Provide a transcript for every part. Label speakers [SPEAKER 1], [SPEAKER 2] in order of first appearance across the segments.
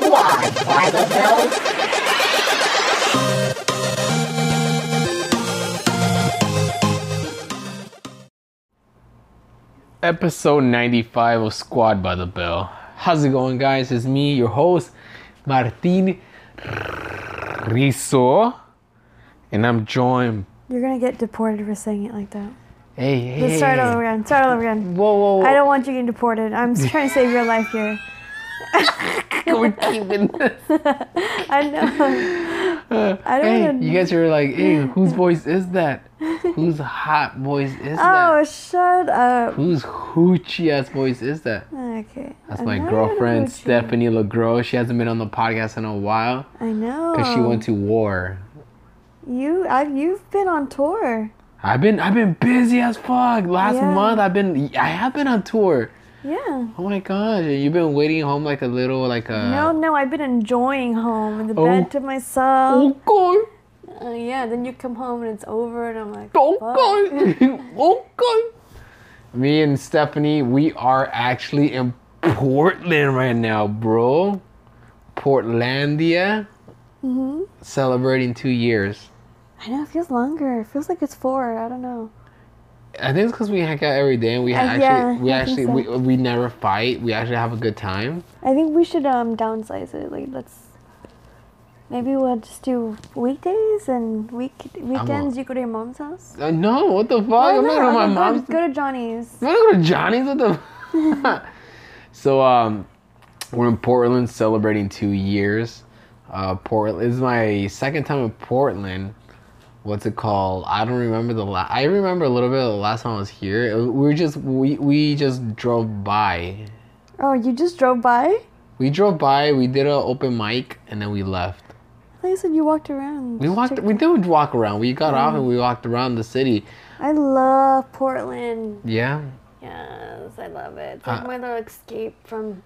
[SPEAKER 1] God, why the hell?
[SPEAKER 2] episode 95 of Squad by the Bell. How's it going, guys? It's me, your host, Martin Rizzo, and I'm joined.
[SPEAKER 3] You're gonna get deported for saying it like that.
[SPEAKER 2] Hey, hey,
[SPEAKER 3] Let's start all over
[SPEAKER 2] hey.
[SPEAKER 3] again. Start all over again.
[SPEAKER 2] Whoa, whoa, whoa.
[SPEAKER 3] I don't want you getting deported. I'm just trying to save your life here.
[SPEAKER 2] Can we keep it?
[SPEAKER 3] I know. I don't
[SPEAKER 2] Hey,
[SPEAKER 3] even.
[SPEAKER 2] you guys are like, hey, whose voice is that? Whose hot voice is that?
[SPEAKER 3] oh, shut up.
[SPEAKER 2] Whose hoochie ass voice is that?
[SPEAKER 3] Okay.
[SPEAKER 2] That's my girlfriend, Stephanie LeGros. She hasn't been on the podcast in a while
[SPEAKER 3] I know.
[SPEAKER 2] because she went to war.
[SPEAKER 3] You, I, you've been on tour.
[SPEAKER 2] I've been I've been busy as fuck. Last
[SPEAKER 3] Yeah.
[SPEAKER 2] month I've been I have been on tour.
[SPEAKER 3] Yeah.
[SPEAKER 2] Oh my gosh, and you've been waiting home like a little like a
[SPEAKER 3] no, no, I've been enjoying home in the
[SPEAKER 2] Uh, Oh.
[SPEAKER 3] bed to myself.
[SPEAKER 2] okay,
[SPEAKER 3] Uh, yeah. Then you come home and it's over, and I'm like, fuck.
[SPEAKER 2] okay, okay. Me and Stephanie, we are actually in Portland right now, bro. Portlandia,
[SPEAKER 3] Mhm.
[SPEAKER 2] celebrating two years.
[SPEAKER 3] I know it feels longer. It feels like it's four. I don't know.
[SPEAKER 2] I think it's because we hang out every day and we
[SPEAKER 3] Uh,
[SPEAKER 2] actually
[SPEAKER 3] yeah,
[SPEAKER 2] we
[SPEAKER 3] I think
[SPEAKER 2] actually
[SPEAKER 3] so.
[SPEAKER 2] we, we never fight. We actually have a good time.
[SPEAKER 3] I think we should um downsize it. Like let's maybe we'll just do weekdays and week weekends. You go to your mom's house.
[SPEAKER 2] Uh, no, what the fuck?
[SPEAKER 3] Why
[SPEAKER 2] I'm not
[SPEAKER 3] not?
[SPEAKER 2] on my
[SPEAKER 3] Okay, go to-
[SPEAKER 2] mom's.
[SPEAKER 3] Go to Johnny's.
[SPEAKER 2] You wanna go to Johnny's? What the? so um, we're in Portland celebrating two years. Uh, Portland this is my second time in Portland. What's it called? I don't remember the last. I remember a little bit of the last time I was here. It- we were just we we just drove by.
[SPEAKER 3] Oh, you just drove by.
[SPEAKER 2] We drove by. We did an open mic and then we left.
[SPEAKER 3] I thought you said you walked around.
[SPEAKER 2] We walked. We did walk around. We got off and we walked around the city.
[SPEAKER 3] I love Portland.
[SPEAKER 2] Yeah.
[SPEAKER 3] Yes, I love it. It's like
[SPEAKER 2] Uh,
[SPEAKER 3] my little escape from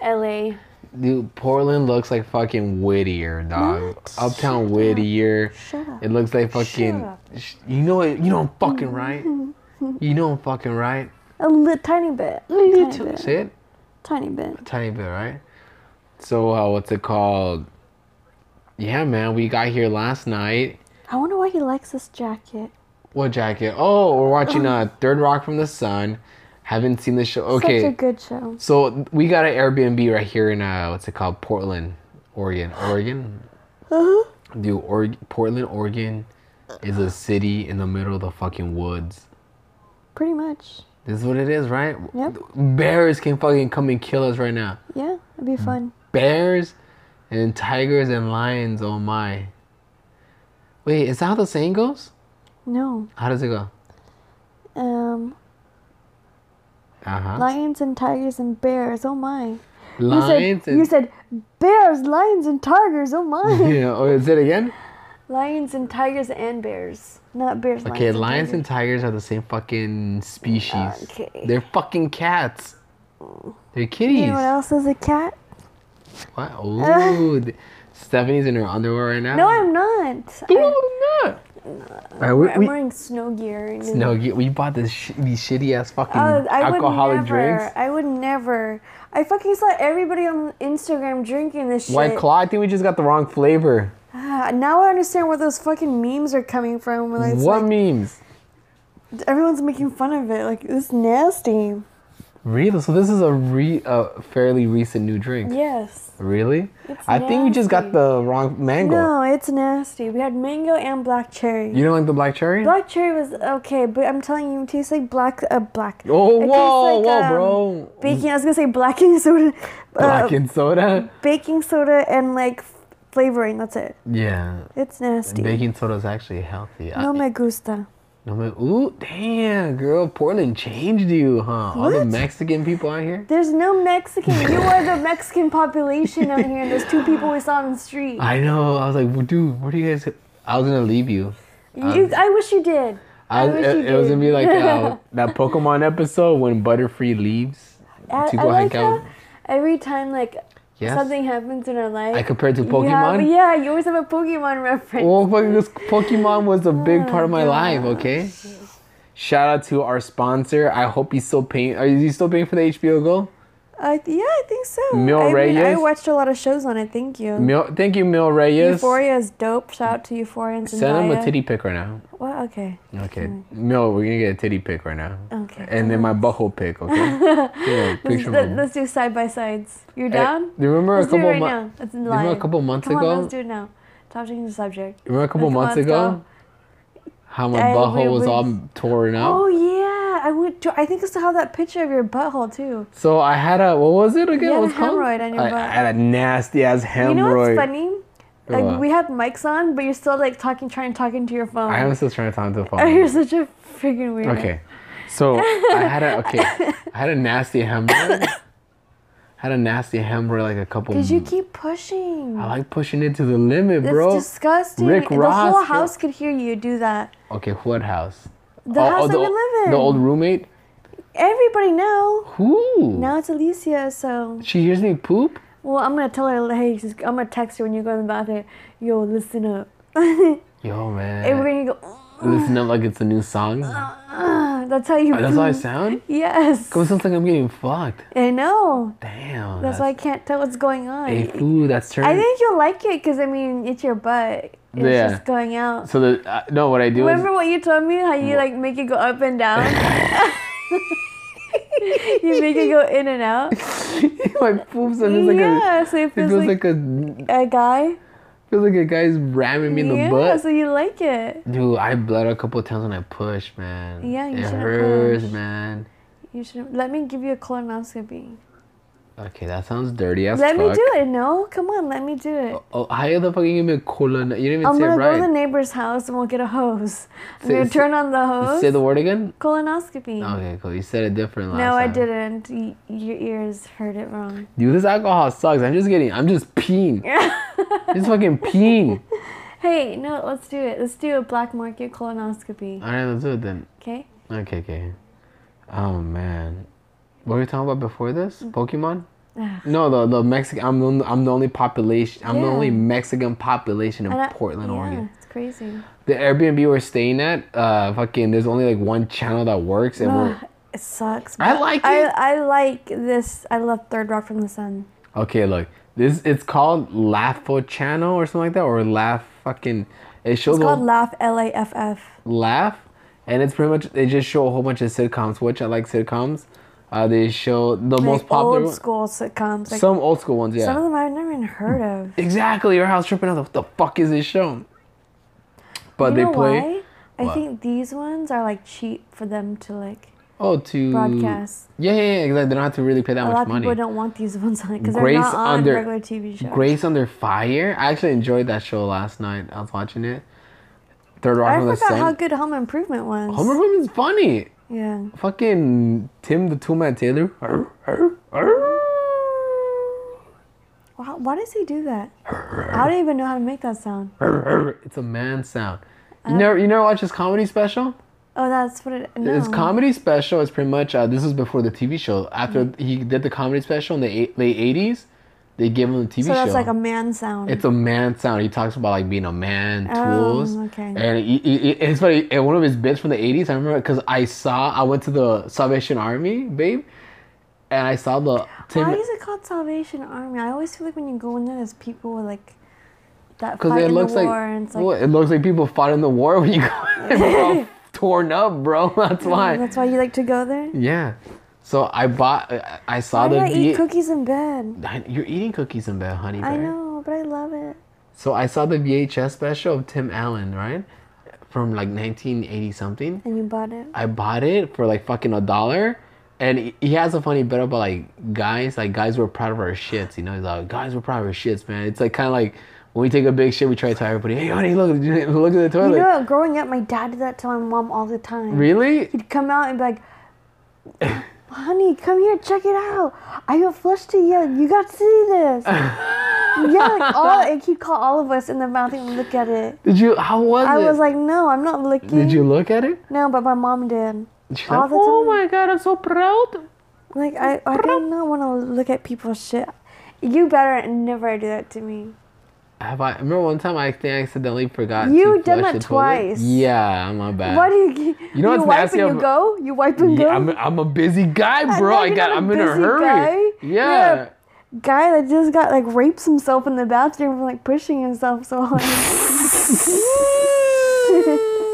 [SPEAKER 3] LA.
[SPEAKER 2] Dude, Portland looks like fucking Whittier, dog.
[SPEAKER 3] What?
[SPEAKER 2] Uptown
[SPEAKER 3] Shut up.
[SPEAKER 2] Whittier.
[SPEAKER 3] Shut up.
[SPEAKER 2] It looks like
[SPEAKER 3] Shut
[SPEAKER 2] fucking.
[SPEAKER 3] up.
[SPEAKER 2] sh- You know it. You know I'm fucking right. You know I'm fucking right.
[SPEAKER 3] A li- tiny bit. A
[SPEAKER 2] Little
[SPEAKER 3] tiny bit.
[SPEAKER 2] See it?
[SPEAKER 3] Tiny bit.
[SPEAKER 2] Tiny bit, right? So uh, what's it called? Yeah, man, we got here last night.
[SPEAKER 3] I wonder why he likes this jacket.
[SPEAKER 2] What jacket? Oh, we're watching uh, Third Rock from the Sun. Haven't seen the show. Okay,
[SPEAKER 3] Such a good show.
[SPEAKER 2] so we got an Airbnb right here in uh, what's it called? Portland, Oregon. Oregon.
[SPEAKER 3] Uh-huh.
[SPEAKER 2] Dude, Oreg Portland, Oregon, is a city in the middle of the fucking woods.
[SPEAKER 3] Pretty much.
[SPEAKER 2] This is what it is, right?
[SPEAKER 3] Yep.
[SPEAKER 2] Bears can fucking come and kill us right now.
[SPEAKER 3] Yeah, it'd
[SPEAKER 2] Hmm.
[SPEAKER 3] be fun.
[SPEAKER 2] Bears and tigers and lions, oh my. Wait, is that how the saying goes?
[SPEAKER 3] No.
[SPEAKER 2] How does it go?
[SPEAKER 3] Um,
[SPEAKER 2] Uh huh.
[SPEAKER 3] lions and tigers and bears. Oh my! You said
[SPEAKER 2] Lions
[SPEAKER 3] you
[SPEAKER 2] and.
[SPEAKER 3] said bears, lions and tigers. Oh my!
[SPEAKER 2] yeah, oh, is it again?
[SPEAKER 3] lions and tigers and bears, not bears.
[SPEAKER 2] Okay, lions and tigers are the same fucking species.
[SPEAKER 3] Okay. Mm.
[SPEAKER 2] They're fucking cats. They're kitties.
[SPEAKER 3] Anyone else is a cat?
[SPEAKER 2] What? Ooh. th- Stephanie's in her underwear right now.
[SPEAKER 3] No, I'm not.
[SPEAKER 2] No,
[SPEAKER 3] I,
[SPEAKER 2] I'm not. All right, we,
[SPEAKER 3] I'm
[SPEAKER 2] we-
[SPEAKER 3] wearing snow gear. And
[SPEAKER 2] No, you- we bought this sh- these shitty ass fucking
[SPEAKER 3] Oh, I would
[SPEAKER 2] alcoholic
[SPEAKER 3] never.
[SPEAKER 2] drinks.
[SPEAKER 3] I would never. I fucking saw everybody on Instagram drinking this shit.
[SPEAKER 2] White Claw. I think we just got the wrong flavor.
[SPEAKER 3] Ah, now I understand where those fucking memes are coming from. Where it's
[SPEAKER 2] what
[SPEAKER 3] like,
[SPEAKER 2] memes?
[SPEAKER 3] everyone's making fun of it. Like it's nasty.
[SPEAKER 2] Really? So this is a re a fairly recent new drink.
[SPEAKER 3] Yes.
[SPEAKER 2] Really?
[SPEAKER 3] It's
[SPEAKER 2] I think we just got
[SPEAKER 3] nasty.
[SPEAKER 2] the wrong mango.
[SPEAKER 3] No, it's nasty. We had mango and black cherry.
[SPEAKER 2] You don't like the black cherry?
[SPEAKER 3] black cherry was okay, but I'm telling you, it tastes like black. Uh, black.
[SPEAKER 2] oh,
[SPEAKER 3] it tastes
[SPEAKER 2] whoa,
[SPEAKER 3] like,
[SPEAKER 2] whoa,
[SPEAKER 3] um,
[SPEAKER 2] bro!
[SPEAKER 3] Baking. I was gonna say blacking soda. Uh,
[SPEAKER 2] Black and soda.
[SPEAKER 3] baking soda and like f- flavoring. That's it.
[SPEAKER 2] Yeah,
[SPEAKER 3] It's nasty.
[SPEAKER 2] baking soda is actually healthy. I-
[SPEAKER 3] no me gusta.
[SPEAKER 2] no me- Ooh, damn, girl, Portland changed you, huh? All the
[SPEAKER 3] What?
[SPEAKER 2] Mexican people out here.
[SPEAKER 3] There's no Mexican. you are the Mexican population out here, and there's two people we saw on the street.
[SPEAKER 2] I know. I was like, well, dude, what do you guys? I was gonna leave you. um,
[SPEAKER 3] You- I wish you did.
[SPEAKER 2] I,
[SPEAKER 3] I
[SPEAKER 2] was-
[SPEAKER 3] wish
[SPEAKER 2] it,
[SPEAKER 3] you
[SPEAKER 2] it was gonna be
[SPEAKER 3] did.
[SPEAKER 2] like uh, that Pokemon episode when Butterfree leaves
[SPEAKER 3] I,
[SPEAKER 2] to
[SPEAKER 3] I
[SPEAKER 2] go
[SPEAKER 3] like
[SPEAKER 2] hang out.
[SPEAKER 3] how every time like
[SPEAKER 2] Yes.
[SPEAKER 3] something happens in our life,
[SPEAKER 2] I compared to
[SPEAKER 3] you have-
[SPEAKER 2] Pokemon.
[SPEAKER 3] yeah, you always have a Pokemon reference.
[SPEAKER 2] Well, fucking this Pokemon was a big part of my
[SPEAKER 3] Oh,
[SPEAKER 2] life. Okay. Shout out to our sponsor. I hope he's still paying. Are you still paying for the HBO Go?
[SPEAKER 3] Uh, yeah, I think so.
[SPEAKER 2] Mil
[SPEAKER 3] I mean, I
[SPEAKER 2] Reyes?
[SPEAKER 3] watched a lot of shows on it. Thank you.
[SPEAKER 2] Mil- thank you, Mil Reyes.
[SPEAKER 3] Euphoria is dope. Shout out to Euphoria and
[SPEAKER 2] Send him a
[SPEAKER 3] Zendaya.
[SPEAKER 2] titty pic right now.
[SPEAKER 3] Well, okay.
[SPEAKER 2] Okay. Mil, we're gonna get a titty pic right now.
[SPEAKER 3] Okay.
[SPEAKER 2] And then my butthole pic, okay? yeah,
[SPEAKER 3] Let's,
[SPEAKER 2] picture
[SPEAKER 3] let-
[SPEAKER 2] me.
[SPEAKER 3] let's do side by sides. You're
[SPEAKER 2] Hey,
[SPEAKER 3] down?
[SPEAKER 2] you remember
[SPEAKER 3] Let's
[SPEAKER 2] a
[SPEAKER 3] do it
[SPEAKER 2] couple
[SPEAKER 3] right
[SPEAKER 2] mo-
[SPEAKER 3] now. It's in
[SPEAKER 2] remember a
[SPEAKER 3] line.
[SPEAKER 2] couple months
[SPEAKER 3] Come
[SPEAKER 2] ago?
[SPEAKER 3] On, let's do it now. Stop changing the subject.
[SPEAKER 2] Remember a couple
[SPEAKER 3] Let's go,
[SPEAKER 2] months
[SPEAKER 3] let's
[SPEAKER 2] ago?
[SPEAKER 3] go.
[SPEAKER 2] How my
[SPEAKER 3] Yeah, we
[SPEAKER 2] butthole was
[SPEAKER 3] was-
[SPEAKER 2] all torn up.
[SPEAKER 3] Oh yeah, I would. I think I still have that picture of your butthole too.
[SPEAKER 2] So I had a what was it again?
[SPEAKER 3] had a
[SPEAKER 2] What's it called?
[SPEAKER 3] hemorrhoid on your
[SPEAKER 2] I,
[SPEAKER 3] butt.
[SPEAKER 2] I had a nasty ass hemorrhoid.
[SPEAKER 3] You know what's funny? Like
[SPEAKER 2] What?
[SPEAKER 3] we had mics on, but you're still like talking, trying talking to your phone.
[SPEAKER 2] I am still trying to talk to the
[SPEAKER 3] Oh, you're
[SPEAKER 2] phone.
[SPEAKER 3] such a freaking weirdo.
[SPEAKER 2] Okay, so I had a okay, I had a nasty hemorrhoid. had a nasty hemorrhoid like a couple.
[SPEAKER 3] Did you keep pushing?
[SPEAKER 2] I like pushing it to the limit,
[SPEAKER 3] That's
[SPEAKER 2] bro.
[SPEAKER 3] disgusting.
[SPEAKER 2] Rick
[SPEAKER 3] the
[SPEAKER 2] Ross,
[SPEAKER 3] whole
[SPEAKER 2] bro.
[SPEAKER 3] house could hear you do that.
[SPEAKER 2] okay, what house?
[SPEAKER 3] The house
[SPEAKER 2] Oh,
[SPEAKER 3] that
[SPEAKER 2] the,
[SPEAKER 3] we live in.
[SPEAKER 2] The old roommate.
[SPEAKER 3] Everybody now.
[SPEAKER 2] Who?
[SPEAKER 3] Now it's Alicia, so
[SPEAKER 2] She hears me poop.
[SPEAKER 3] well, I'm gonna tell her, hey, just, I'm gonna text her when you go in the bathroom. Yo, listen up. and
[SPEAKER 2] Yo man.
[SPEAKER 3] we're gonna go.
[SPEAKER 2] Listen up, like it's a new song.
[SPEAKER 3] Oh. "Ugh." that's how you.
[SPEAKER 2] That's how I
[SPEAKER 3] poop.
[SPEAKER 2] sound.
[SPEAKER 3] Yes.
[SPEAKER 2] It sounds like I'm getting fucked.
[SPEAKER 3] I know.
[SPEAKER 2] Damn.
[SPEAKER 3] That's why I can't tell what's going on.
[SPEAKER 2] Hey, food. That's turning.
[SPEAKER 3] I think you'll like it because I mean it's your butt. It's
[SPEAKER 2] Yeah.
[SPEAKER 3] just going out.
[SPEAKER 2] So the uh, no, what I do
[SPEAKER 3] Remember what you told me? How you like make it go up and down? you make it go in and out.
[SPEAKER 2] is my poops are just like
[SPEAKER 3] yeah, so it
[SPEAKER 2] a it
[SPEAKER 3] feels
[SPEAKER 2] feels
[SPEAKER 3] like,
[SPEAKER 2] like a
[SPEAKER 3] a guy.
[SPEAKER 2] feels like a guy's ramming me in the
[SPEAKER 3] yeah,
[SPEAKER 2] butt.
[SPEAKER 3] so you like it.
[SPEAKER 2] Dude, I bled a couple times when I push, man.
[SPEAKER 3] Yeah, you
[SPEAKER 2] it
[SPEAKER 3] shouldn't
[SPEAKER 2] hurts,
[SPEAKER 3] push.
[SPEAKER 2] man.
[SPEAKER 3] You should let me give you a colonoscopy.
[SPEAKER 2] Okay, that sounds dirty as
[SPEAKER 3] Let
[SPEAKER 2] fuck.
[SPEAKER 3] me do it. No, come on, let me do it.
[SPEAKER 2] Oh, how you the fucking give me a colon? You didn't even
[SPEAKER 3] I'm
[SPEAKER 2] say it
[SPEAKER 3] gonna go to the
[SPEAKER 2] right.
[SPEAKER 3] neighbor's house and we'll get a hose. I'm
[SPEAKER 2] Say-
[SPEAKER 3] gonna
[SPEAKER 2] say-
[SPEAKER 3] turn on the hose.
[SPEAKER 2] Say the Oh, word again.
[SPEAKER 3] colonoscopy.
[SPEAKER 2] Okay, cool. You said it different last
[SPEAKER 3] no,
[SPEAKER 2] time.
[SPEAKER 3] I didn't. Y- your ears heard it wrong.
[SPEAKER 2] Dude, this alcohol sucks. I'm just getting. I'm just peeing. just fucking peeing.
[SPEAKER 3] Hey, no, let's do it. Let's do a black market colonoscopy.
[SPEAKER 2] All right, let's do it then.
[SPEAKER 3] Okay?
[SPEAKER 2] Okay, okay. Oh man, what were we talking about before this? Pokemon?
[SPEAKER 3] Mm. Ugh.
[SPEAKER 2] No, the the Mexican. I'm the only, I'm the only population. I'm the
[SPEAKER 3] Yeah.
[SPEAKER 2] only Mexican population in
[SPEAKER 3] And I-
[SPEAKER 2] Portland,
[SPEAKER 3] yeah,
[SPEAKER 2] Oregon.
[SPEAKER 3] It's crazy.
[SPEAKER 2] The Airbnb we're staying at, uh, fucking. There's only like one channel that works, and we're
[SPEAKER 3] Ugh, it sucks.
[SPEAKER 2] I
[SPEAKER 3] but
[SPEAKER 2] like
[SPEAKER 3] I,
[SPEAKER 2] it.
[SPEAKER 3] I like this. I love Third Rock from the Sun.
[SPEAKER 2] okay. Look, this it's called Laughful Channel or something like that, or Laugh fucking. It shows
[SPEAKER 3] It's
[SPEAKER 2] a-
[SPEAKER 3] called Laugh L A F F.
[SPEAKER 2] laugh and it's pretty much they just show a whole bunch of sitcoms which i like sitcoms uh they show the most
[SPEAKER 3] Like
[SPEAKER 2] popular
[SPEAKER 3] old school sitcoms. Like some,
[SPEAKER 2] some old school ones yeah
[SPEAKER 3] of them I've never even heard of.
[SPEAKER 2] exactly your house tripping out what the fuck is this show but
[SPEAKER 3] you
[SPEAKER 2] they
[SPEAKER 3] know
[SPEAKER 2] play
[SPEAKER 3] why? I
[SPEAKER 2] What?
[SPEAKER 3] think these ones are like cheap for them to like
[SPEAKER 2] oh to
[SPEAKER 3] broadcast.
[SPEAKER 2] yeah yeah, yeah exactly. they don't have to really pay that
[SPEAKER 3] A lot
[SPEAKER 2] much
[SPEAKER 3] of
[SPEAKER 2] money
[SPEAKER 3] people don't want these ones on because they're
[SPEAKER 2] Grace
[SPEAKER 3] not on
[SPEAKER 2] Under-
[SPEAKER 3] regular TV shows.
[SPEAKER 2] grace under fire i actually enjoyed that show last night i was watching it third rock
[SPEAKER 3] I
[SPEAKER 2] from the
[SPEAKER 3] forgot how
[SPEAKER 2] sun
[SPEAKER 3] good Home Improvement was.
[SPEAKER 2] homer Woman's funny
[SPEAKER 3] yeah.
[SPEAKER 2] fucking tim the two-man taylor
[SPEAKER 3] Wow, why does he do that? I don't even know how to make that sound.
[SPEAKER 2] It's a man sound.
[SPEAKER 3] Uh,
[SPEAKER 2] You never, you never watch his comedy special?
[SPEAKER 3] Oh, that's what it. No.
[SPEAKER 2] His comedy special is pretty much uh, this is before the TV show. After
[SPEAKER 3] Mm.
[SPEAKER 2] he did the comedy special in the eight, late '80s, they gave him the TV
[SPEAKER 3] so that's
[SPEAKER 2] show.
[SPEAKER 3] like a man sound.
[SPEAKER 2] it's a man sound. He talks about like being a man, tools,
[SPEAKER 3] Oh, okay.
[SPEAKER 2] and he, he, he- it's funny. And one of his bits from the '80s, I remember because I saw I went to the Salvation Army, babe, and I saw the
[SPEAKER 3] Why
[SPEAKER 2] Tim
[SPEAKER 3] is it called Salvation Army? I always feel like when you go in there, there's people with like that
[SPEAKER 2] because
[SPEAKER 3] fight
[SPEAKER 2] it
[SPEAKER 3] in
[SPEAKER 2] looks
[SPEAKER 3] the
[SPEAKER 2] like,
[SPEAKER 3] war, and it's like
[SPEAKER 2] well, it looks like people fought in the war when you go. They're all torn up, bro. That's
[SPEAKER 3] "Oh,
[SPEAKER 2] why.
[SPEAKER 3] That's why you like to go there.
[SPEAKER 2] Yeah. So I bought. I- I saw
[SPEAKER 3] Why do
[SPEAKER 2] the.
[SPEAKER 3] I eat
[SPEAKER 2] V-
[SPEAKER 3] cookies in bed?
[SPEAKER 2] I- You're eating cookies in bed, honey.
[SPEAKER 3] I
[SPEAKER 2] bear.
[SPEAKER 3] know, but I love it.
[SPEAKER 2] So I saw the VHS special of Tim Allen, right, from like 1980 something.
[SPEAKER 3] And you bought it.
[SPEAKER 2] I bought it for like fucking a dollar, and he- he has a funny bit about like guys, like guys were proud of our shits. You know, he's like, guys were proud of our shits, man. It's like kind of like when we take a big shit, we try to tell everybody, hey, honey, look, look at the
[SPEAKER 3] You
[SPEAKER 2] toilet.
[SPEAKER 3] know, what? growing up, my dad did that to my mom all the time.
[SPEAKER 2] really?
[SPEAKER 3] He'd come out and be like, "Honey, come here, check it out. I got flushed to you. You got to see this." yeah, like all and he'd call all of us in the bathroom and look at it.
[SPEAKER 2] Did you? How was
[SPEAKER 3] I
[SPEAKER 2] it?
[SPEAKER 3] was like, "No, I'm not looking."
[SPEAKER 2] Did you look at it?
[SPEAKER 3] No, but my mom did.
[SPEAKER 2] She's
[SPEAKER 3] All
[SPEAKER 2] like,
[SPEAKER 3] the
[SPEAKER 2] oh
[SPEAKER 3] time.
[SPEAKER 2] my god, I'm so proud.
[SPEAKER 3] Like I, I don't want to look at people's shit. You better never do that to me.
[SPEAKER 2] Have I remember one time I think I accidentally forgot.
[SPEAKER 3] You
[SPEAKER 2] to
[SPEAKER 3] done
[SPEAKER 2] flush
[SPEAKER 3] that
[SPEAKER 2] the toilet?
[SPEAKER 3] twice.
[SPEAKER 2] Yeah, my bad.
[SPEAKER 3] Why do you?
[SPEAKER 2] You know what's
[SPEAKER 3] wipe
[SPEAKER 2] nasty?
[SPEAKER 3] and
[SPEAKER 2] I'm-
[SPEAKER 3] you go. You wipe and go.
[SPEAKER 2] yeah, I'm, I'm a busy guy, bro.
[SPEAKER 3] know
[SPEAKER 2] I
[SPEAKER 3] you're
[SPEAKER 2] got.
[SPEAKER 3] not a
[SPEAKER 2] I'm in a
[SPEAKER 3] busy
[SPEAKER 2] hurry.
[SPEAKER 3] guy.
[SPEAKER 2] Yeah.
[SPEAKER 3] You're Guy that just got like rapes himself in the bathroom from like pushing himself so hard.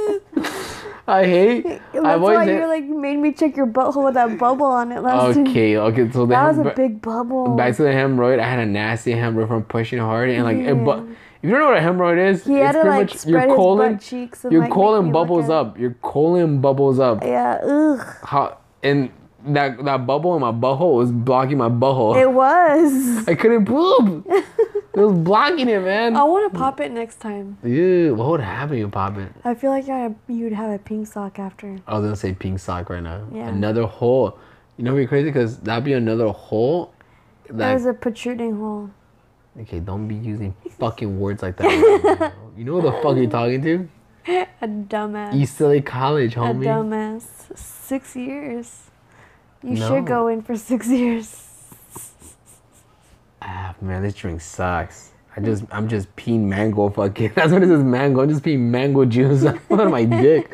[SPEAKER 2] I hate.
[SPEAKER 3] That's
[SPEAKER 2] I've
[SPEAKER 3] why
[SPEAKER 2] always.
[SPEAKER 3] you were
[SPEAKER 2] had-
[SPEAKER 3] like you made me check your butthole with that bubble on it last time.
[SPEAKER 2] okay. Okay. So
[SPEAKER 3] That was
[SPEAKER 2] the
[SPEAKER 3] a
[SPEAKER 2] hem-
[SPEAKER 3] big bubble.
[SPEAKER 2] back to the hemorrhoid. I had a nasty hemorrhoid from pushing hard and like. It, but if you don't know what a hemorrhoid is,
[SPEAKER 3] he
[SPEAKER 2] it's
[SPEAKER 3] had to
[SPEAKER 2] pretty
[SPEAKER 3] like
[SPEAKER 2] much
[SPEAKER 3] spread
[SPEAKER 2] your
[SPEAKER 3] his
[SPEAKER 2] colon.
[SPEAKER 3] butt cheeks and
[SPEAKER 2] Your
[SPEAKER 3] like make me
[SPEAKER 2] colon
[SPEAKER 3] look
[SPEAKER 2] bubbles
[SPEAKER 3] at-
[SPEAKER 2] up. Your colon bubbles up.
[SPEAKER 3] Yeah. Ugh.
[SPEAKER 2] How and that that bubble in my butthole was blocking my butthole.
[SPEAKER 3] It was.
[SPEAKER 2] I couldn't poop. it was blocking it, man.
[SPEAKER 3] I want to pop it next time.
[SPEAKER 2] Ew, what would happen if you pop it?
[SPEAKER 3] I feel like I, you'd have a pink sock after.
[SPEAKER 2] I was gonna say pink sock right now.
[SPEAKER 3] Yeah.
[SPEAKER 2] Another hole. You know, what'd be crazy because that'd be another hole.
[SPEAKER 3] There
[SPEAKER 2] That
[SPEAKER 3] was a protruding hole.
[SPEAKER 2] okay, don't be using fucking words like that. you know what the fuck you're talking to?
[SPEAKER 3] A dumbass.
[SPEAKER 2] East LA College,
[SPEAKER 3] A
[SPEAKER 2] homie.
[SPEAKER 3] dumbass. Six years. You
[SPEAKER 2] No.
[SPEAKER 3] should go in for six years.
[SPEAKER 2] Ah, man, this drink sucks. I just, I'm just peeing mango fucking. That's what it is, mango. I'm just peeing mango juice out of my dick.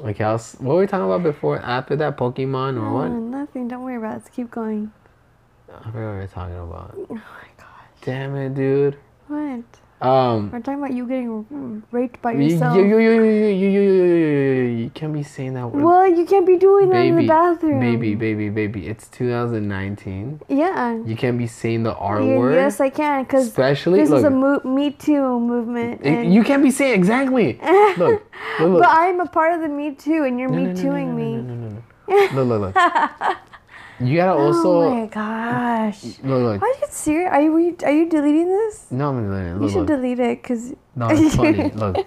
[SPEAKER 2] Okay, I was, what were we talking about before? After that, Pokemon or
[SPEAKER 3] Oh,
[SPEAKER 2] what?
[SPEAKER 3] nothing. Don't worry about it. Keep going.
[SPEAKER 2] I forgot what we were talking about.
[SPEAKER 3] Oh my god.
[SPEAKER 2] Damn it, dude.
[SPEAKER 3] What?
[SPEAKER 2] Um,
[SPEAKER 3] We're talking about you getting raped by
[SPEAKER 2] you, you,
[SPEAKER 3] yourself.
[SPEAKER 2] you, you, you, you, you, you, you, you, you, you can't be saying that word.
[SPEAKER 3] well, you can't be doing that in the bathroom.
[SPEAKER 2] baby, baby, baby. It's 2019.
[SPEAKER 3] Yeah.
[SPEAKER 2] You can't be saying the R
[SPEAKER 3] Yeah,
[SPEAKER 2] word.
[SPEAKER 3] Yes, I can. Cause
[SPEAKER 2] especially
[SPEAKER 3] this
[SPEAKER 2] look.
[SPEAKER 3] is a mo- Me Too movement.
[SPEAKER 2] it-
[SPEAKER 3] and-
[SPEAKER 2] you can't be saying exactly. Look, look, look.
[SPEAKER 3] but I'm a part of the Me Too, and you're
[SPEAKER 2] No,
[SPEAKER 3] Me
[SPEAKER 2] no, no, no,
[SPEAKER 3] Tooing
[SPEAKER 2] no,
[SPEAKER 3] me.
[SPEAKER 2] No, no, no, no. no. look, look, look. You gotta
[SPEAKER 3] oh
[SPEAKER 2] also
[SPEAKER 3] my gosh.
[SPEAKER 2] look,
[SPEAKER 3] Are
[SPEAKER 2] look.
[SPEAKER 3] you serious? Are you, were you- are you deleting this?
[SPEAKER 2] No, I'm gonna
[SPEAKER 3] You
[SPEAKER 2] look, look.
[SPEAKER 3] should delete it because
[SPEAKER 2] No, it's funny. Look,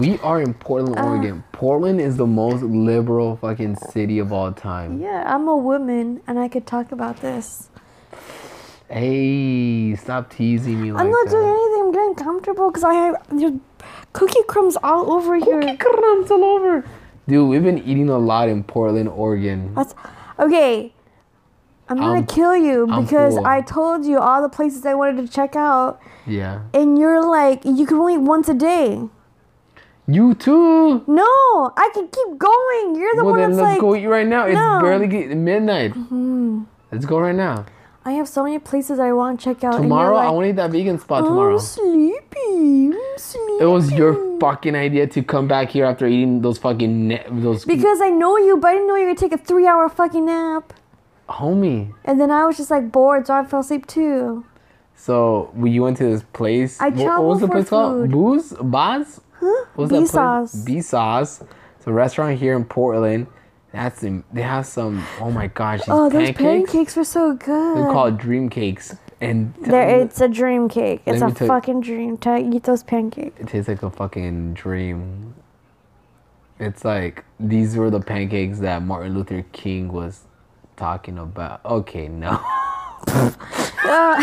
[SPEAKER 2] we are in
[SPEAKER 3] Uh.
[SPEAKER 2] Portland, Oregon. Portland is the most liberal fucking city of all time.
[SPEAKER 3] yeah, I'm a woman and I could talk about this.
[SPEAKER 2] Hey, stop teasing me like
[SPEAKER 3] I'm not
[SPEAKER 2] that.
[SPEAKER 3] doing anything. I'm getting comfortable because I have there's cookie crumbs all over here.
[SPEAKER 2] crumbs all over. Dude, we've been eating a lot in Portland, Oregon.
[SPEAKER 3] That's okay. I'm gonna
[SPEAKER 2] I'm-
[SPEAKER 3] kill you
[SPEAKER 2] I'm
[SPEAKER 3] because
[SPEAKER 2] full.
[SPEAKER 3] I told you all the places I wanted to check out,
[SPEAKER 2] Yeah.
[SPEAKER 3] and you're like, you can only eat once a day.
[SPEAKER 2] You too.
[SPEAKER 3] No, I can keep going. You're the
[SPEAKER 2] well,
[SPEAKER 3] one
[SPEAKER 2] then
[SPEAKER 3] that's
[SPEAKER 2] let's
[SPEAKER 3] like,
[SPEAKER 2] go eat right now.
[SPEAKER 3] no. Mm-hmm.
[SPEAKER 2] It's barely get, midnight. Let's go right now.
[SPEAKER 3] I have so many places I want to check out.
[SPEAKER 2] Tomorrow, I
[SPEAKER 3] and
[SPEAKER 2] want to eat that vegan spot
[SPEAKER 3] you're
[SPEAKER 2] tomorrow.
[SPEAKER 3] like, I'm sleepy. I'm sleepy.
[SPEAKER 2] It was your fucking idea to come back here after eating those fucking ne- those
[SPEAKER 3] Because I know you, but I didn't know you were gonna take a three hour fucking nap.
[SPEAKER 2] homie.
[SPEAKER 3] And then I was just like bored, so I fell asleep too.
[SPEAKER 2] So we you went to this place.
[SPEAKER 3] I
[SPEAKER 2] Wha- what, was
[SPEAKER 3] travel
[SPEAKER 2] the
[SPEAKER 3] for
[SPEAKER 2] place called?
[SPEAKER 3] food.
[SPEAKER 2] Booze? Baz?
[SPEAKER 3] Huh?
[SPEAKER 2] What's
[SPEAKER 3] Bee sauce.
[SPEAKER 2] B sauce. It's a restaurant here in Portland. That's in, they have some. Oh my gosh, these
[SPEAKER 3] oh, those
[SPEAKER 2] pancakes.
[SPEAKER 3] pancakes were so good.
[SPEAKER 2] They're called dream cakes, and t-
[SPEAKER 3] There, it's a dream cake. It's
[SPEAKER 2] Let
[SPEAKER 3] a
[SPEAKER 2] me tell you-
[SPEAKER 3] fucking dream to eat those pancakes.
[SPEAKER 2] it tastes like a fucking dream. It's like these were the pancakes that Martin Luther King was talking about. Okay, no.
[SPEAKER 3] Dude,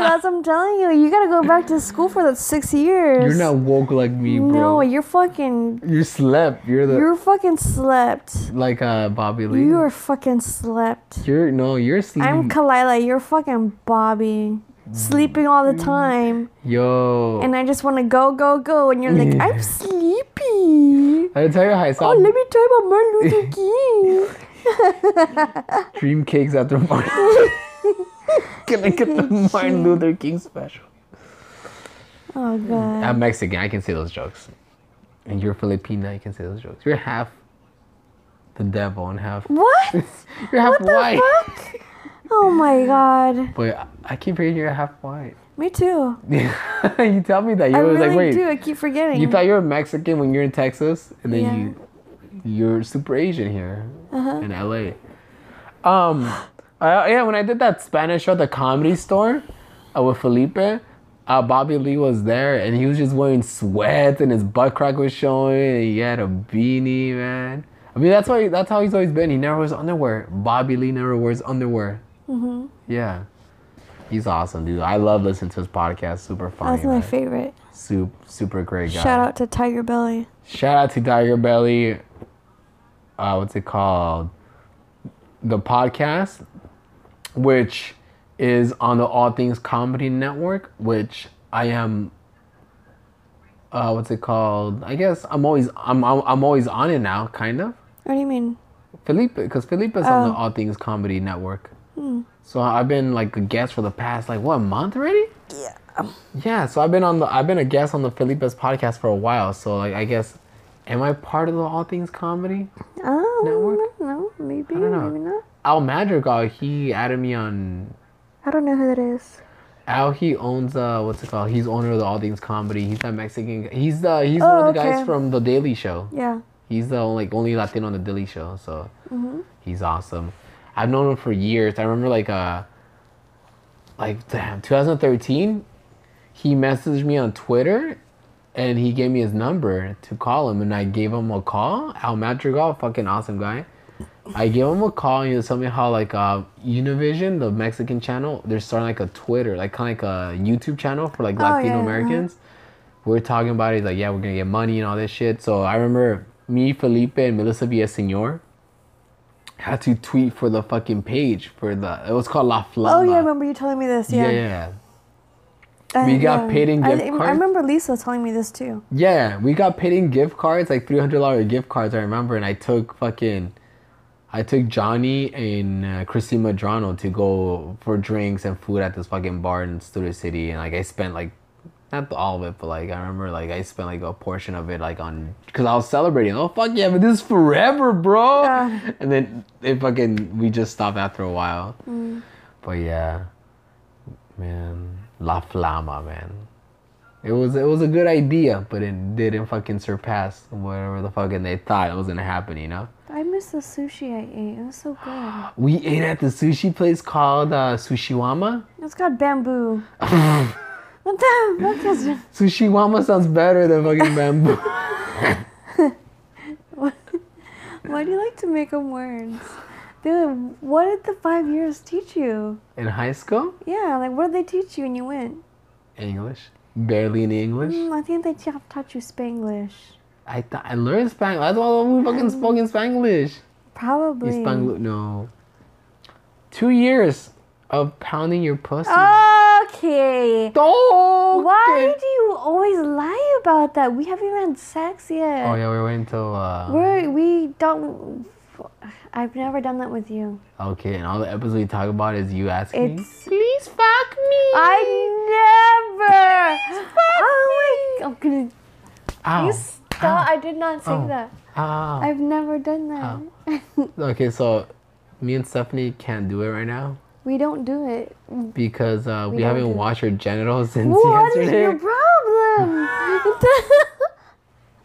[SPEAKER 3] that's what I'm telling you. You gotta go back to school for those six years.
[SPEAKER 2] You're not woke like me,
[SPEAKER 3] No,
[SPEAKER 2] bro.
[SPEAKER 3] you're fucking.
[SPEAKER 2] you slept. You're the
[SPEAKER 3] You're fucking slept.
[SPEAKER 2] like uh Bobby Lee.
[SPEAKER 3] You are fucking slept.
[SPEAKER 2] You're no, you're sleeping.
[SPEAKER 3] I'm Kalila. You're fucking Bobby. Sleeping all
[SPEAKER 2] Mm.
[SPEAKER 3] the time.
[SPEAKER 2] Yo,
[SPEAKER 3] And I just want to go, go, go. And you're like, I'm sleepy.
[SPEAKER 2] I tell you how I
[SPEAKER 3] Oh,
[SPEAKER 2] saw
[SPEAKER 3] let me tell you about Martin Luther King.
[SPEAKER 2] dream cakes after Martin. Can I get the Martin Luther King special?
[SPEAKER 3] Oh, God.
[SPEAKER 2] I'm Mexican. I can say those jokes. And you're Filipina. You can say those jokes. You're half the devil and half.
[SPEAKER 3] What?
[SPEAKER 2] You're half
[SPEAKER 3] What the
[SPEAKER 2] white.
[SPEAKER 3] fuck? Oh, my God.
[SPEAKER 2] But I- I keep hearing you're half white.
[SPEAKER 3] Me too.
[SPEAKER 2] you tell me that. You
[SPEAKER 3] I
[SPEAKER 2] was
[SPEAKER 3] really
[SPEAKER 2] like, wait.
[SPEAKER 3] do. I keep forgetting.
[SPEAKER 2] You thought you were Mexican when you're in Texas, and then
[SPEAKER 3] Yeah. Uh-huh.
[SPEAKER 2] you you're super Asian here in LA. Um, I, yeah, when I did that Spanish show at the Comedy Store uh, with Felipe, uh, Bobby Lee was there, and he was just wearing sweats, and his butt crack was showing, and he had a beanie, man. I mean, that's why that's how he's always been. He never wears underwear. Bobby Lee never wears underwear. Mm-hmm. Yeah. He's awesome, dude. I love listening to his podcast. Super funny.
[SPEAKER 3] That's my
[SPEAKER 2] man.
[SPEAKER 3] favorite.
[SPEAKER 2] Sup- super great guy.
[SPEAKER 3] Shout out to Tiger Belly.
[SPEAKER 2] Shout out to Tiger Belly. Uh, what's it called? The podcast, which is on the All Things Comedy Network, which I am. Uh, what's it called? I guess I'm always I'm I'm, I'm always on it now, kind of.
[SPEAKER 3] What do you mean?
[SPEAKER 2] Felipe, because Felipe's on the All Things Comedy Network. So I've been like a guest for the past like what month already?
[SPEAKER 3] Yeah.
[SPEAKER 2] Yeah, so I've been on the I've been a guest on the Felipe's podcast for a while. So like I guess, am I part of the All Things Comedy?
[SPEAKER 3] Oh,
[SPEAKER 2] Network?
[SPEAKER 3] no, maybe,
[SPEAKER 2] I don't know.
[SPEAKER 3] maybe not.
[SPEAKER 2] Al Madrigal, he added me on.
[SPEAKER 3] I don't know who that is.
[SPEAKER 2] Al, he owns uh, what's it called? He's owner of the All Things Comedy. He's that Mexican. guy. He's the he's
[SPEAKER 3] Oh,
[SPEAKER 2] one of the
[SPEAKER 3] okay.
[SPEAKER 2] guys from the Daily Show.
[SPEAKER 3] Yeah.
[SPEAKER 2] He's the like only Latino on the Daily Show, so
[SPEAKER 3] Mm-hmm.
[SPEAKER 2] he's awesome. I've known him for years. I remember like uh, like damn, 2013, he messaged me on Twitter, and he gave me his number to call him, and I gave him a call. Al Madrigal, fucking awesome guy. I gave him a call and he was telling me how like uh, Univision, the Mexican channel, they're starting like a Twitter, like kind of like a YouTube channel for like
[SPEAKER 3] Oh, yeah,
[SPEAKER 2] Latino
[SPEAKER 3] yeah,
[SPEAKER 2] Americans. We were talking about it. He's like, yeah, we're gonna get money and all this shit. So I remember me, Felipe, and Melissa Villaseñor had to tweet for the fucking page for the. It was called La Flama.
[SPEAKER 3] Oh, yeah, I remember you telling me this. Yeah.
[SPEAKER 2] yeah, yeah.
[SPEAKER 3] I-
[SPEAKER 2] We got paid in
[SPEAKER 3] I,
[SPEAKER 2] gift
[SPEAKER 3] I
[SPEAKER 2] cards.
[SPEAKER 3] remember Lisa telling me this too.
[SPEAKER 2] Yeah, we got paid in gift cards, like three hundred dollar gift cards. I remember, and I took fucking, I took Johnny and uh, Christy Madrano to go for drinks and food at this fucking bar in Studio City, and like I spent like, not all of it, but like I remember like I spent like a portion of it like on because I was celebrating. Oh fuck yeah, but this is forever, bro.
[SPEAKER 3] Yeah.
[SPEAKER 2] And then it fucking we just stopped after a while. But yeah, man, La Flama, man. It was it was a good idea, but it didn't fucking surpass whatever the fucking they thought it was gonna happen. You know,
[SPEAKER 3] I miss the sushi I ate. It was so good.
[SPEAKER 2] we ate at the sushi place called uh, Sushiwama.
[SPEAKER 3] It's got bamboo. what the fuck is it?
[SPEAKER 2] Sushiwama sounds better than fucking bamboo.
[SPEAKER 3] Why do you like to make up words? Dude, what did the five years teach you?
[SPEAKER 2] In high school,
[SPEAKER 3] Yeah, like what did they teach you when you went?
[SPEAKER 2] English, barely any English.
[SPEAKER 3] Mm, I think they ta- taught you Spanglish.
[SPEAKER 2] I thought I learned Spanish. That's why we fucking spoke in Spanglish.
[SPEAKER 3] Probably.
[SPEAKER 2] It's Spangl- no. Two years of pounding your pussy.
[SPEAKER 3] Oh. Okay.
[SPEAKER 2] Oh,
[SPEAKER 3] Why
[SPEAKER 2] okay.
[SPEAKER 3] do you always lie about that? We haven't even had sex yet.
[SPEAKER 2] Oh yeah, we're waiting until. Uh,
[SPEAKER 3] We're, we don't. I've never done that with you.
[SPEAKER 2] Okay, and all the episodes we talk about is you asking. me,
[SPEAKER 3] It's-
[SPEAKER 2] Please fuck me.
[SPEAKER 3] I never. Oh my! I'm gonna.
[SPEAKER 2] Ow. Oh.
[SPEAKER 3] You stop! I did not say
[SPEAKER 2] Ow.
[SPEAKER 3] that.
[SPEAKER 2] Ow.
[SPEAKER 3] I've never done that.
[SPEAKER 2] Okay, so me and Stephanie can't do it right now
[SPEAKER 3] we don't do it.
[SPEAKER 2] because uh, we,
[SPEAKER 3] don't do
[SPEAKER 2] haven't
[SPEAKER 3] it.
[SPEAKER 2] washed our genitals since
[SPEAKER 3] What is
[SPEAKER 2] yesterday.
[SPEAKER 3] your problem?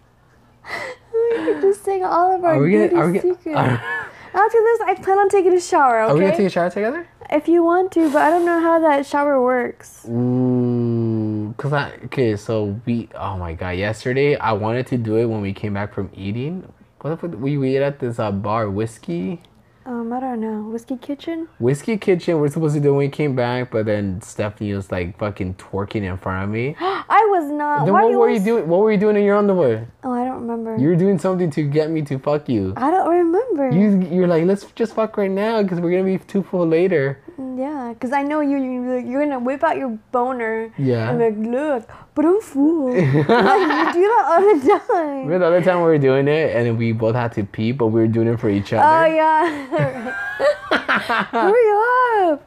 [SPEAKER 3] we could just take all of our
[SPEAKER 2] Are we
[SPEAKER 3] dirty
[SPEAKER 2] gonna? Are we
[SPEAKER 3] secrets.
[SPEAKER 2] gonna? Are,
[SPEAKER 3] After this, I plan on taking a shower. Okay.
[SPEAKER 2] are we gonna take a shower together?
[SPEAKER 3] if you want to, but I don't know how that shower works.
[SPEAKER 2] Ooh, cause I okay. So we. Oh my god! Yesterday I wanted to do it when we came back from eating. What if we, we ate at this uh, bar whiskey?
[SPEAKER 3] Um, I don't know. Whiskey Kitchen.
[SPEAKER 2] Whiskey Kitchen, we're supposed to do it when we came back, but then Stephanie was like fucking twerking in front of me.
[SPEAKER 3] I was not.
[SPEAKER 2] then
[SPEAKER 3] Why
[SPEAKER 2] what
[SPEAKER 3] do
[SPEAKER 2] were you
[SPEAKER 3] always-
[SPEAKER 2] doing? What were you doing in your underwear?
[SPEAKER 3] Oh, I don't remember.
[SPEAKER 2] You were doing something to get me to fuck you.
[SPEAKER 3] I don't remember.
[SPEAKER 2] You you're like, let's just fuck right now because we're gonna be too full later.
[SPEAKER 3] Yeah, because I know you, you, you're gonna whip out your boner
[SPEAKER 2] Yeah.
[SPEAKER 3] and be like, look, but I'm full. like, you do that all the time.
[SPEAKER 2] Remember the other time we were doing it and we both had to pee, but we were doing it for each other.
[SPEAKER 3] Oh, yeah. Hurry up.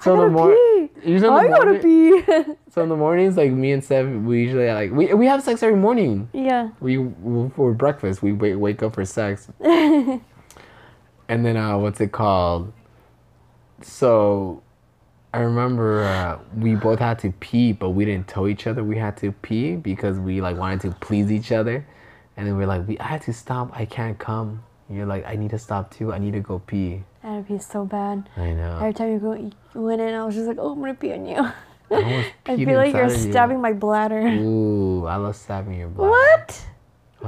[SPEAKER 2] so
[SPEAKER 3] I gotta
[SPEAKER 2] the more
[SPEAKER 3] pee.
[SPEAKER 2] usually in
[SPEAKER 3] I
[SPEAKER 2] the
[SPEAKER 3] gotta
[SPEAKER 2] morning-
[SPEAKER 3] pee.
[SPEAKER 2] So in the mornings, like me and Steph, we usually like we we have sex every morning.
[SPEAKER 3] yeah.
[SPEAKER 2] we for breakfast we wake, wake up for sex and then uh what's it called so i remember uh, we both had to pee but we didn't tell each other we had to pee because we like wanted to please each other and then we're like we i had to stop i can't come And you're like i need to stop too i need to go pee
[SPEAKER 3] I had to pee so bad.
[SPEAKER 2] i know
[SPEAKER 3] Every time you, go, you went in, I was just like, oh, I'm gonna pee on you.
[SPEAKER 2] almost
[SPEAKER 3] I
[SPEAKER 2] peed
[SPEAKER 3] feel like you're
[SPEAKER 2] inside of you.
[SPEAKER 3] stabbing my bladder.
[SPEAKER 2] ooh i love stabbing your butt
[SPEAKER 3] What?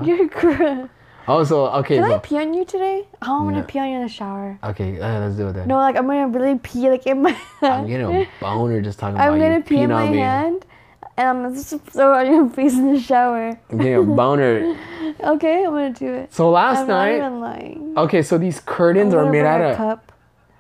[SPEAKER 3] You're gross.
[SPEAKER 2] also okay
[SPEAKER 3] Can I
[SPEAKER 2] so,
[SPEAKER 3] pee on you today? Oh, I'm gonna
[SPEAKER 2] No.
[SPEAKER 3] pee on you in the shower.
[SPEAKER 2] okay uh, let's do it then
[SPEAKER 3] No, like I'm gonna really pee like in my.
[SPEAKER 2] I'm getting a boner just talking about
[SPEAKER 3] I'm gonna
[SPEAKER 2] you
[SPEAKER 3] pee
[SPEAKER 2] peeing
[SPEAKER 3] in my
[SPEAKER 2] on me.
[SPEAKER 3] hand, and I'm gonna just throw it on your face in the shower.
[SPEAKER 2] I'm getting a boner.
[SPEAKER 3] Okay, I'm gonna do it.
[SPEAKER 2] So last
[SPEAKER 3] I'm
[SPEAKER 2] night,
[SPEAKER 3] not even lying.
[SPEAKER 2] okay, so these curtains
[SPEAKER 3] I'm
[SPEAKER 2] are
[SPEAKER 3] gonna
[SPEAKER 2] made
[SPEAKER 3] bring
[SPEAKER 2] out
[SPEAKER 3] a
[SPEAKER 2] of
[SPEAKER 3] cup.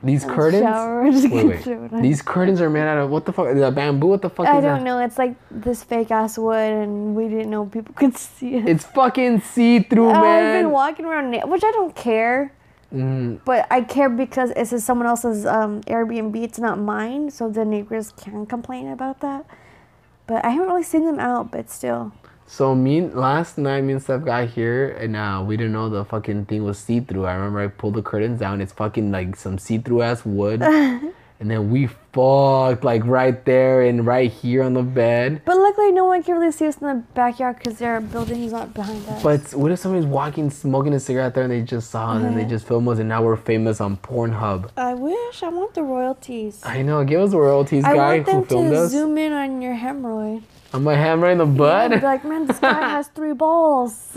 [SPEAKER 2] These curtains.
[SPEAKER 3] Shower. Just
[SPEAKER 2] Wait,
[SPEAKER 3] get
[SPEAKER 2] wait.
[SPEAKER 3] thrown out.
[SPEAKER 2] These curtains are made out of what the fuck? The bamboo? What the fuck?
[SPEAKER 3] I
[SPEAKER 2] is
[SPEAKER 3] don't
[SPEAKER 2] that?
[SPEAKER 3] know. It's like this fake ass wood, and we didn't know people could see it.
[SPEAKER 2] It's fucking see through,
[SPEAKER 3] Oh, I've
[SPEAKER 2] Oh, man. Mm-hmm.
[SPEAKER 3] been walking around, na- which I don't care. But I care because it's in someone else's um, Airbnb. It's not mine, so the neighbors can complain about that. But I haven't really seen them out. But still,
[SPEAKER 2] so me and- last night, me and Steph got here, and uh, we didn't know the fucking thing was see through. I remember I pulled the curtains down. It's fucking like some see through ass wood. And then we fucked like right there and right here on the bed.
[SPEAKER 3] but luckily no one can really see us in the backyard because their building's not behind us.
[SPEAKER 2] But what if somebody's walking, smoking a cigarette there, and they just saw us,
[SPEAKER 3] Uh-huh.
[SPEAKER 2] and they just film us, and now we're famous on Pornhub?
[SPEAKER 3] I wish I want the royalties.
[SPEAKER 2] I know. Give us royalties,
[SPEAKER 3] I
[SPEAKER 2] guy
[SPEAKER 3] want
[SPEAKER 2] who
[SPEAKER 3] them
[SPEAKER 2] filmed
[SPEAKER 3] to
[SPEAKER 2] us.
[SPEAKER 3] zoom in on your hemorrhoid.
[SPEAKER 2] I'm a hammer in the butt.
[SPEAKER 3] I'd be like, man, this guy has three balls.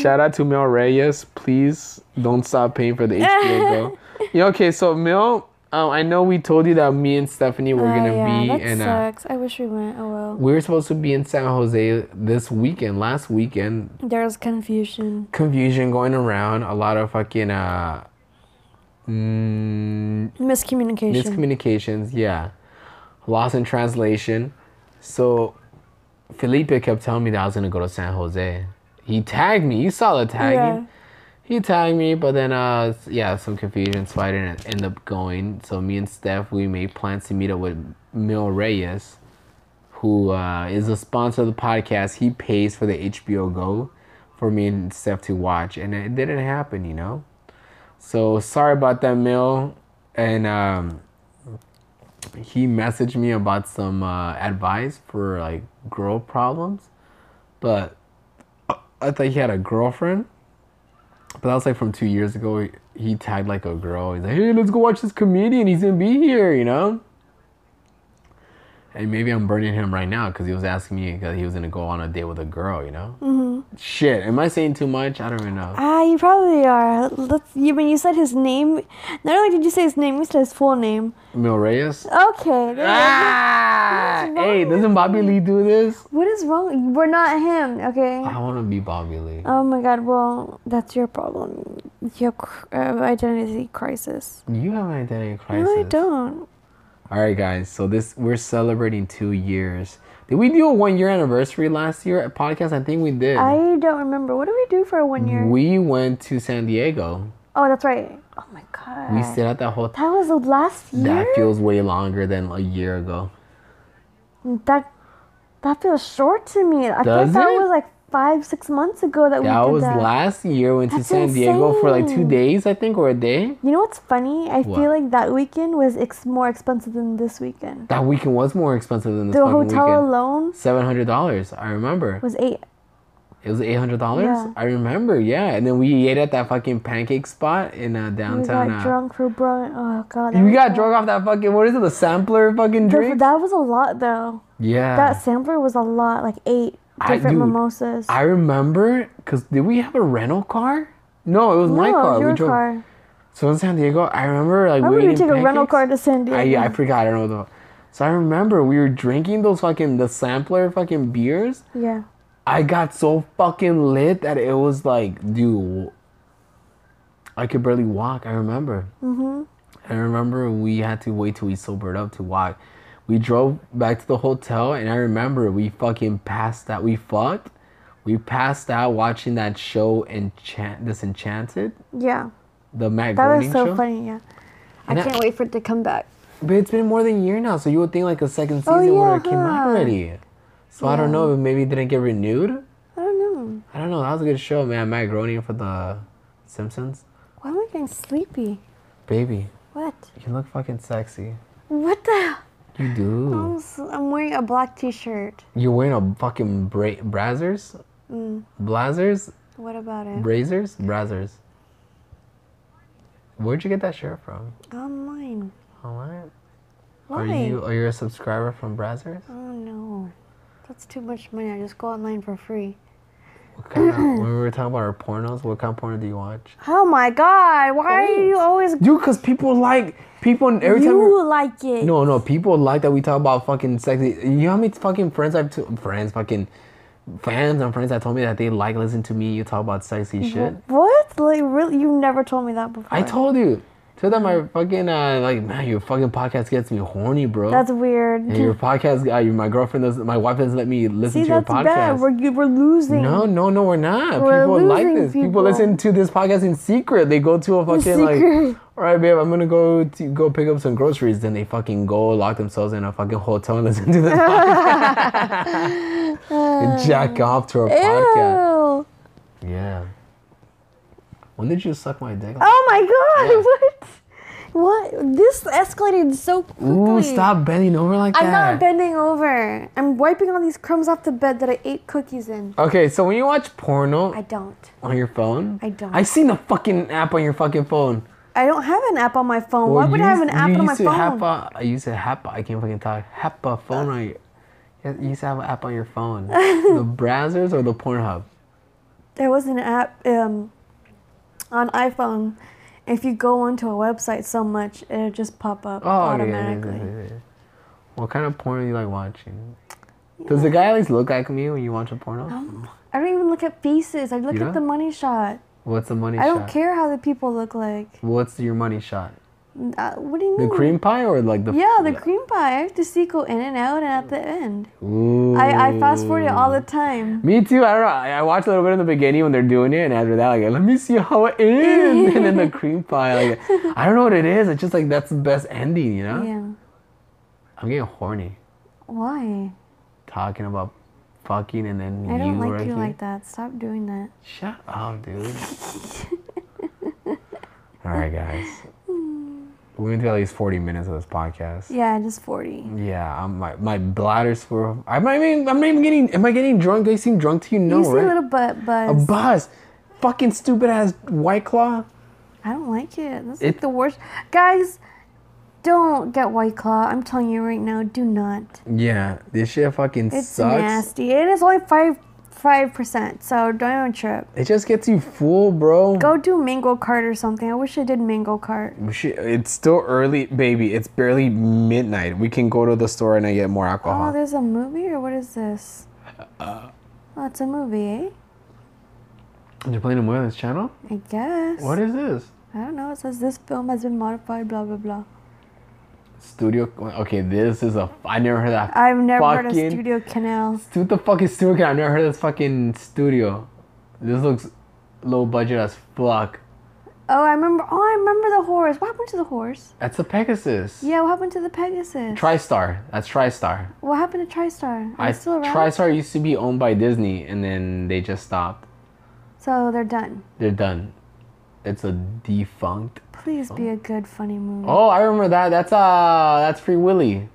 [SPEAKER 2] Shout out to Mel Reyes. Please don't stop paying for the HBO Go. Yeah, okay, so Mel, um, I know we told you that me and Stephanie were
[SPEAKER 3] Oh,
[SPEAKER 2] gonna
[SPEAKER 3] yeah,
[SPEAKER 2] be
[SPEAKER 3] that
[SPEAKER 2] and uh,
[SPEAKER 3] sucks. I wish we went. Oh well.
[SPEAKER 2] we were supposed to be in San Jose this weekend, last weekend.
[SPEAKER 3] There's confusion.
[SPEAKER 2] Confusion going around, a lot of fucking uh, mm,
[SPEAKER 3] Miscommunication.
[SPEAKER 2] miscommunications, yeah, loss in translation. So Felipe kept telling me that I was gonna go to San Jose. He tagged me. You saw the tagging.
[SPEAKER 3] Yeah.
[SPEAKER 2] he tagged me, but then uh s- yeah, some confusion, so I didn't end up going. So me and Steph, we made plans to meet up with Mil Reyes, who uh, is a sponsor of the podcast. He pays for the HBO Go for me and Steph to watch, and it didn't happen, you know. So sorry about that, Mil, and um, he messaged me about some uh, advice for like girl problems, but I thought he had a girlfriend. But that was like from two years ago. He- He tagged like a girl. He's like, hey, let's go watch this comedian. He's gonna be here, you know. And maybe I'm burning him right now because he was asking me because he was gonna go on a date with a girl, you know. Mm-hmm. Shit, am I saying too much? I don't even know.
[SPEAKER 3] Ah, you probably are. Let's. You when you said his name, not only did you say his name, you said his full name.
[SPEAKER 2] Mil Reyes.
[SPEAKER 3] Okay. there-
[SPEAKER 2] Ah!
[SPEAKER 3] wrong
[SPEAKER 2] Hey,
[SPEAKER 3] with
[SPEAKER 2] doesn't Bobby Lee do this?
[SPEAKER 3] What is wrong? We're not him. Okay.
[SPEAKER 2] I want to be Bobby Lee.
[SPEAKER 3] Oh my God. Well, that's your problem. You have cr- uh, identity crisis.
[SPEAKER 2] You have an identity crisis.
[SPEAKER 3] No, I don't.
[SPEAKER 2] All right, guys. So this we're celebrating two years. Did we do a one year anniversary last year at podcast? I think we did.
[SPEAKER 3] I don't remember. What did we do for a one year?
[SPEAKER 2] We went to San Diego.
[SPEAKER 3] oh, that's right. Oh my God.
[SPEAKER 2] We stayed at that hotel.
[SPEAKER 3] that was the last year.
[SPEAKER 2] That feels way longer than a year ago.
[SPEAKER 3] That that feels short to me. I
[SPEAKER 2] Does
[SPEAKER 3] thought that
[SPEAKER 2] it?
[SPEAKER 3] was like five, six months ago that,
[SPEAKER 2] That
[SPEAKER 3] we did
[SPEAKER 2] was
[SPEAKER 3] Oh that.
[SPEAKER 2] last year. Went to
[SPEAKER 3] That's
[SPEAKER 2] San Diego for like two
[SPEAKER 3] insane.
[SPEAKER 2] days, I think, or a day.
[SPEAKER 3] you know what's funny? I
[SPEAKER 2] What?
[SPEAKER 3] feel like that weekend was ex- more expensive than this weekend.
[SPEAKER 2] That weekend was more expensive than this
[SPEAKER 3] the
[SPEAKER 2] fucking
[SPEAKER 3] hotel
[SPEAKER 2] weekend.
[SPEAKER 3] alone
[SPEAKER 2] Seven hundred dollars. I remember.
[SPEAKER 3] was eight.
[SPEAKER 2] It was eight hundred dollars.
[SPEAKER 3] Yeah.
[SPEAKER 2] I remember. Yeah, and then we ate at that fucking pancake spot in uh,
[SPEAKER 3] We
[SPEAKER 2] downtown.
[SPEAKER 3] got
[SPEAKER 2] uh,
[SPEAKER 3] drunk for brunch. Oh god, that
[SPEAKER 2] You
[SPEAKER 3] was
[SPEAKER 2] got
[SPEAKER 3] so-
[SPEAKER 2] drunk off that fucking what is it? The sampler fucking
[SPEAKER 3] Th-
[SPEAKER 2] drink?
[SPEAKER 3] That was a lot though.
[SPEAKER 2] yeah.
[SPEAKER 3] That sampler was a lot, like eight
[SPEAKER 2] I-
[SPEAKER 3] different
[SPEAKER 2] dude,
[SPEAKER 3] mimosas.
[SPEAKER 2] I remember because did we have a rental car? No, it was
[SPEAKER 3] no,
[SPEAKER 2] my car.
[SPEAKER 3] your
[SPEAKER 2] we drove.
[SPEAKER 3] car.
[SPEAKER 2] So in San Diego, I remember like
[SPEAKER 3] Why would
[SPEAKER 2] we
[SPEAKER 3] we take a rental car to San Diego?
[SPEAKER 2] I, I forgot. I don't know. What the, so I remember we were drinking those fucking the sampler fucking beers.
[SPEAKER 3] yeah.
[SPEAKER 2] I got so fucking lit that it was like, dude, I could barely walk. I remember. Mm-hmm. I remember we had to wait till we sobered up to walk. We drove back to the hotel, and I remember we fucking passed out. We fucked. We passed out watching that show, Enchant Disenchanted,
[SPEAKER 3] Yeah.
[SPEAKER 2] the Matt
[SPEAKER 3] That
[SPEAKER 2] Groening
[SPEAKER 3] was so
[SPEAKER 2] show.
[SPEAKER 3] funny, yeah. I
[SPEAKER 2] And I-
[SPEAKER 3] can't wait for it to come back.
[SPEAKER 2] But it's been more than a year now, so you would think like a second season
[SPEAKER 3] Oh,
[SPEAKER 2] would
[SPEAKER 3] yeah,
[SPEAKER 2] have came out
[SPEAKER 3] huh.
[SPEAKER 2] already. So I don't know if maybe it didn't get renewed.
[SPEAKER 3] I don't know.
[SPEAKER 2] I don't know. That was a good show, man. Matt Groening for the Simpsons.
[SPEAKER 3] Why am I getting sleepy?
[SPEAKER 2] Baby,
[SPEAKER 3] What?
[SPEAKER 2] you look fucking sexy. Oh.
[SPEAKER 3] What the?
[SPEAKER 2] You do.
[SPEAKER 3] I'm, s am wearing a black T-shirt.
[SPEAKER 2] You're wearing a fucking bra- brazzers?
[SPEAKER 3] Mm.
[SPEAKER 2] Blazers?
[SPEAKER 3] What about it?
[SPEAKER 2] Brazers? Brazzers. Where'd you get that shirt from?
[SPEAKER 3] Online.
[SPEAKER 2] Online?
[SPEAKER 3] Why?
[SPEAKER 2] Are you are you a subscriber from Brazzers?
[SPEAKER 3] Oh no, that's too much money. I just go online for free.
[SPEAKER 2] What kind of, when we were talking about our pornos, what kind of porno do you watch?
[SPEAKER 3] Oh my God! Why are you always?
[SPEAKER 2] Dude, cause people like people every time. we-
[SPEAKER 3] You like it?
[SPEAKER 2] No, no, people like that we talk about fucking sexy. You know how many fucking friends I've t- friends fucking fans and friends that told me that they like listening to me you talk about sexy
[SPEAKER 3] Mm-hmm.
[SPEAKER 2] shit.
[SPEAKER 3] What? Like really? You never told me that before.
[SPEAKER 2] I told you. Tell them
[SPEAKER 3] Mm-hmm.
[SPEAKER 2] my fucking uh, like man, your fucking podcast gets me horny, bro.
[SPEAKER 3] That's weird.
[SPEAKER 2] and your podcast, uh, your, my girlfriend doesn't, my wife doesn't let me listen
[SPEAKER 3] See,
[SPEAKER 2] to your
[SPEAKER 3] that's bad.
[SPEAKER 2] podcast.
[SPEAKER 3] We're you- we're losing.
[SPEAKER 2] No, no, no, we're not.
[SPEAKER 3] We're
[SPEAKER 2] people like
[SPEAKER 3] losing
[SPEAKER 2] this. People.
[SPEAKER 3] people.
[SPEAKER 2] listen to this podcast in secret. They go to a fucking like,
[SPEAKER 3] secret.
[SPEAKER 2] all right, babe, I'm gonna go to go pick up some groceries. Then they fucking go lock themselves in a fucking hotel and listen to this podcast. and jack off to a podcast.
[SPEAKER 3] Ew.
[SPEAKER 2] Yeah. When did you suck my dick?
[SPEAKER 3] Oh my god!
[SPEAKER 2] Yeah.
[SPEAKER 3] What? What? This escalated so quickly.
[SPEAKER 2] Ooh, stop bending over like
[SPEAKER 3] I'm
[SPEAKER 2] that.
[SPEAKER 3] not bending over. I'm wiping all these crumbs off the bed that I ate cookies in.
[SPEAKER 2] Okay, so when you watch porno
[SPEAKER 3] I don't.
[SPEAKER 2] on your phone,
[SPEAKER 3] I don't.
[SPEAKER 2] I seen the fucking app on your fucking phone.
[SPEAKER 3] I don't have an app on my phone. Why would I have an app
[SPEAKER 2] you
[SPEAKER 3] on my
[SPEAKER 2] used to
[SPEAKER 3] phone?
[SPEAKER 2] Have a, I used to have. a- I can't fucking talk. Have a phone on your. You used to have an app on your phone. the browsers or the Pornhub.
[SPEAKER 3] there was an app um, on iPhone. If you go onto a website so much, it'll just pop up
[SPEAKER 2] Oh, yeah, yeah, yeah,
[SPEAKER 3] automatically.
[SPEAKER 2] yeah, yeah. What kind of porn do you like watching? Does the guy at least look like me when you watch a porno?
[SPEAKER 3] I don't even look at faces. I look
[SPEAKER 2] You
[SPEAKER 3] at
[SPEAKER 2] don't?
[SPEAKER 3] the money shot.
[SPEAKER 2] What's the money
[SPEAKER 3] I
[SPEAKER 2] shot?
[SPEAKER 3] don't care how the people look like.
[SPEAKER 2] What's your money shot?
[SPEAKER 3] Uh, what do you
[SPEAKER 2] The
[SPEAKER 3] mean?
[SPEAKER 2] cream pie or like the?
[SPEAKER 3] Yeah, the cream pie. I have to see go in and out and at the end.
[SPEAKER 2] Ooh.
[SPEAKER 3] I, I fast forward it all the time.
[SPEAKER 2] Me too. I don't know. I I watch a little bit in the beginning when they're doing it, and after that, like, let me see how it ends. and then the cream pie. Like, I don't know what it is. It's just like that's the best ending, you know.
[SPEAKER 3] Yeah.
[SPEAKER 2] I'm getting horny
[SPEAKER 3] Why?
[SPEAKER 2] talking about fucking and then
[SPEAKER 3] I don't
[SPEAKER 2] you
[SPEAKER 3] like
[SPEAKER 2] right
[SPEAKER 3] you
[SPEAKER 2] here.
[SPEAKER 3] like that. Stop doing that.
[SPEAKER 2] Shut up, dude. All right, guys. We're gonna do at least 40 minutes of this podcast.
[SPEAKER 3] Yeah, just 40.
[SPEAKER 2] Yeah, I'm, my my bladder's full. I'm not even. I'm not even getting. Am I getting drunk? Do I seem drunk to you? No,
[SPEAKER 3] you see
[SPEAKER 2] right?
[SPEAKER 3] a little butt
[SPEAKER 2] A
[SPEAKER 3] buzz.
[SPEAKER 2] buzz. Fucking stupid ass white claw.
[SPEAKER 3] I don't like it. That's
[SPEAKER 2] It-
[SPEAKER 3] like the worst. Guys, don't get White Claw. I'm telling you right now, do not.
[SPEAKER 2] Yeah, this shit fucking
[SPEAKER 3] It's
[SPEAKER 2] sucks.
[SPEAKER 3] nasty. It is only 5 5%, so don't even trip.
[SPEAKER 2] It just gets you full, bro.
[SPEAKER 3] Go do Mango Kart or something. I wish I did Mango Kart.
[SPEAKER 2] We should- It's still early, baby. It's barely midnight. We can go to the store and I get more
[SPEAKER 3] Oh,
[SPEAKER 2] alcohol.
[SPEAKER 3] there's a movie or what is this?
[SPEAKER 2] Uh.
[SPEAKER 3] oh, it's a movie, eh?
[SPEAKER 2] You're playing a movie on this channel?
[SPEAKER 3] I guess.
[SPEAKER 2] What is this?
[SPEAKER 3] I don't know. It says this film has been modified, blah blah blah.
[SPEAKER 2] Studio. Okay, this is a. I never heard that.
[SPEAKER 3] I've never heard
[SPEAKER 2] Fucking-
[SPEAKER 3] of Studio Canal.
[SPEAKER 2] What the fuck is studio? I've never heard of this fucking studio. This looks low budget as fuck.
[SPEAKER 3] Oh, I remember. Oh, I remember the horse. What happened to the horse?
[SPEAKER 2] That's a Pegasus.
[SPEAKER 3] Yeah, what happened to the Pegasus?
[SPEAKER 2] TriStar. That's TriStar.
[SPEAKER 3] what happened to TriStar? Are
[SPEAKER 2] I
[SPEAKER 3] they still around?
[SPEAKER 2] TriStar used to be owned by Disney, and then they just stopped.
[SPEAKER 3] so they're done.
[SPEAKER 2] They're done. It's a defunct.
[SPEAKER 3] Please be a good funny movie.
[SPEAKER 2] Oh, I remember that. That's uh, that's Free Willy.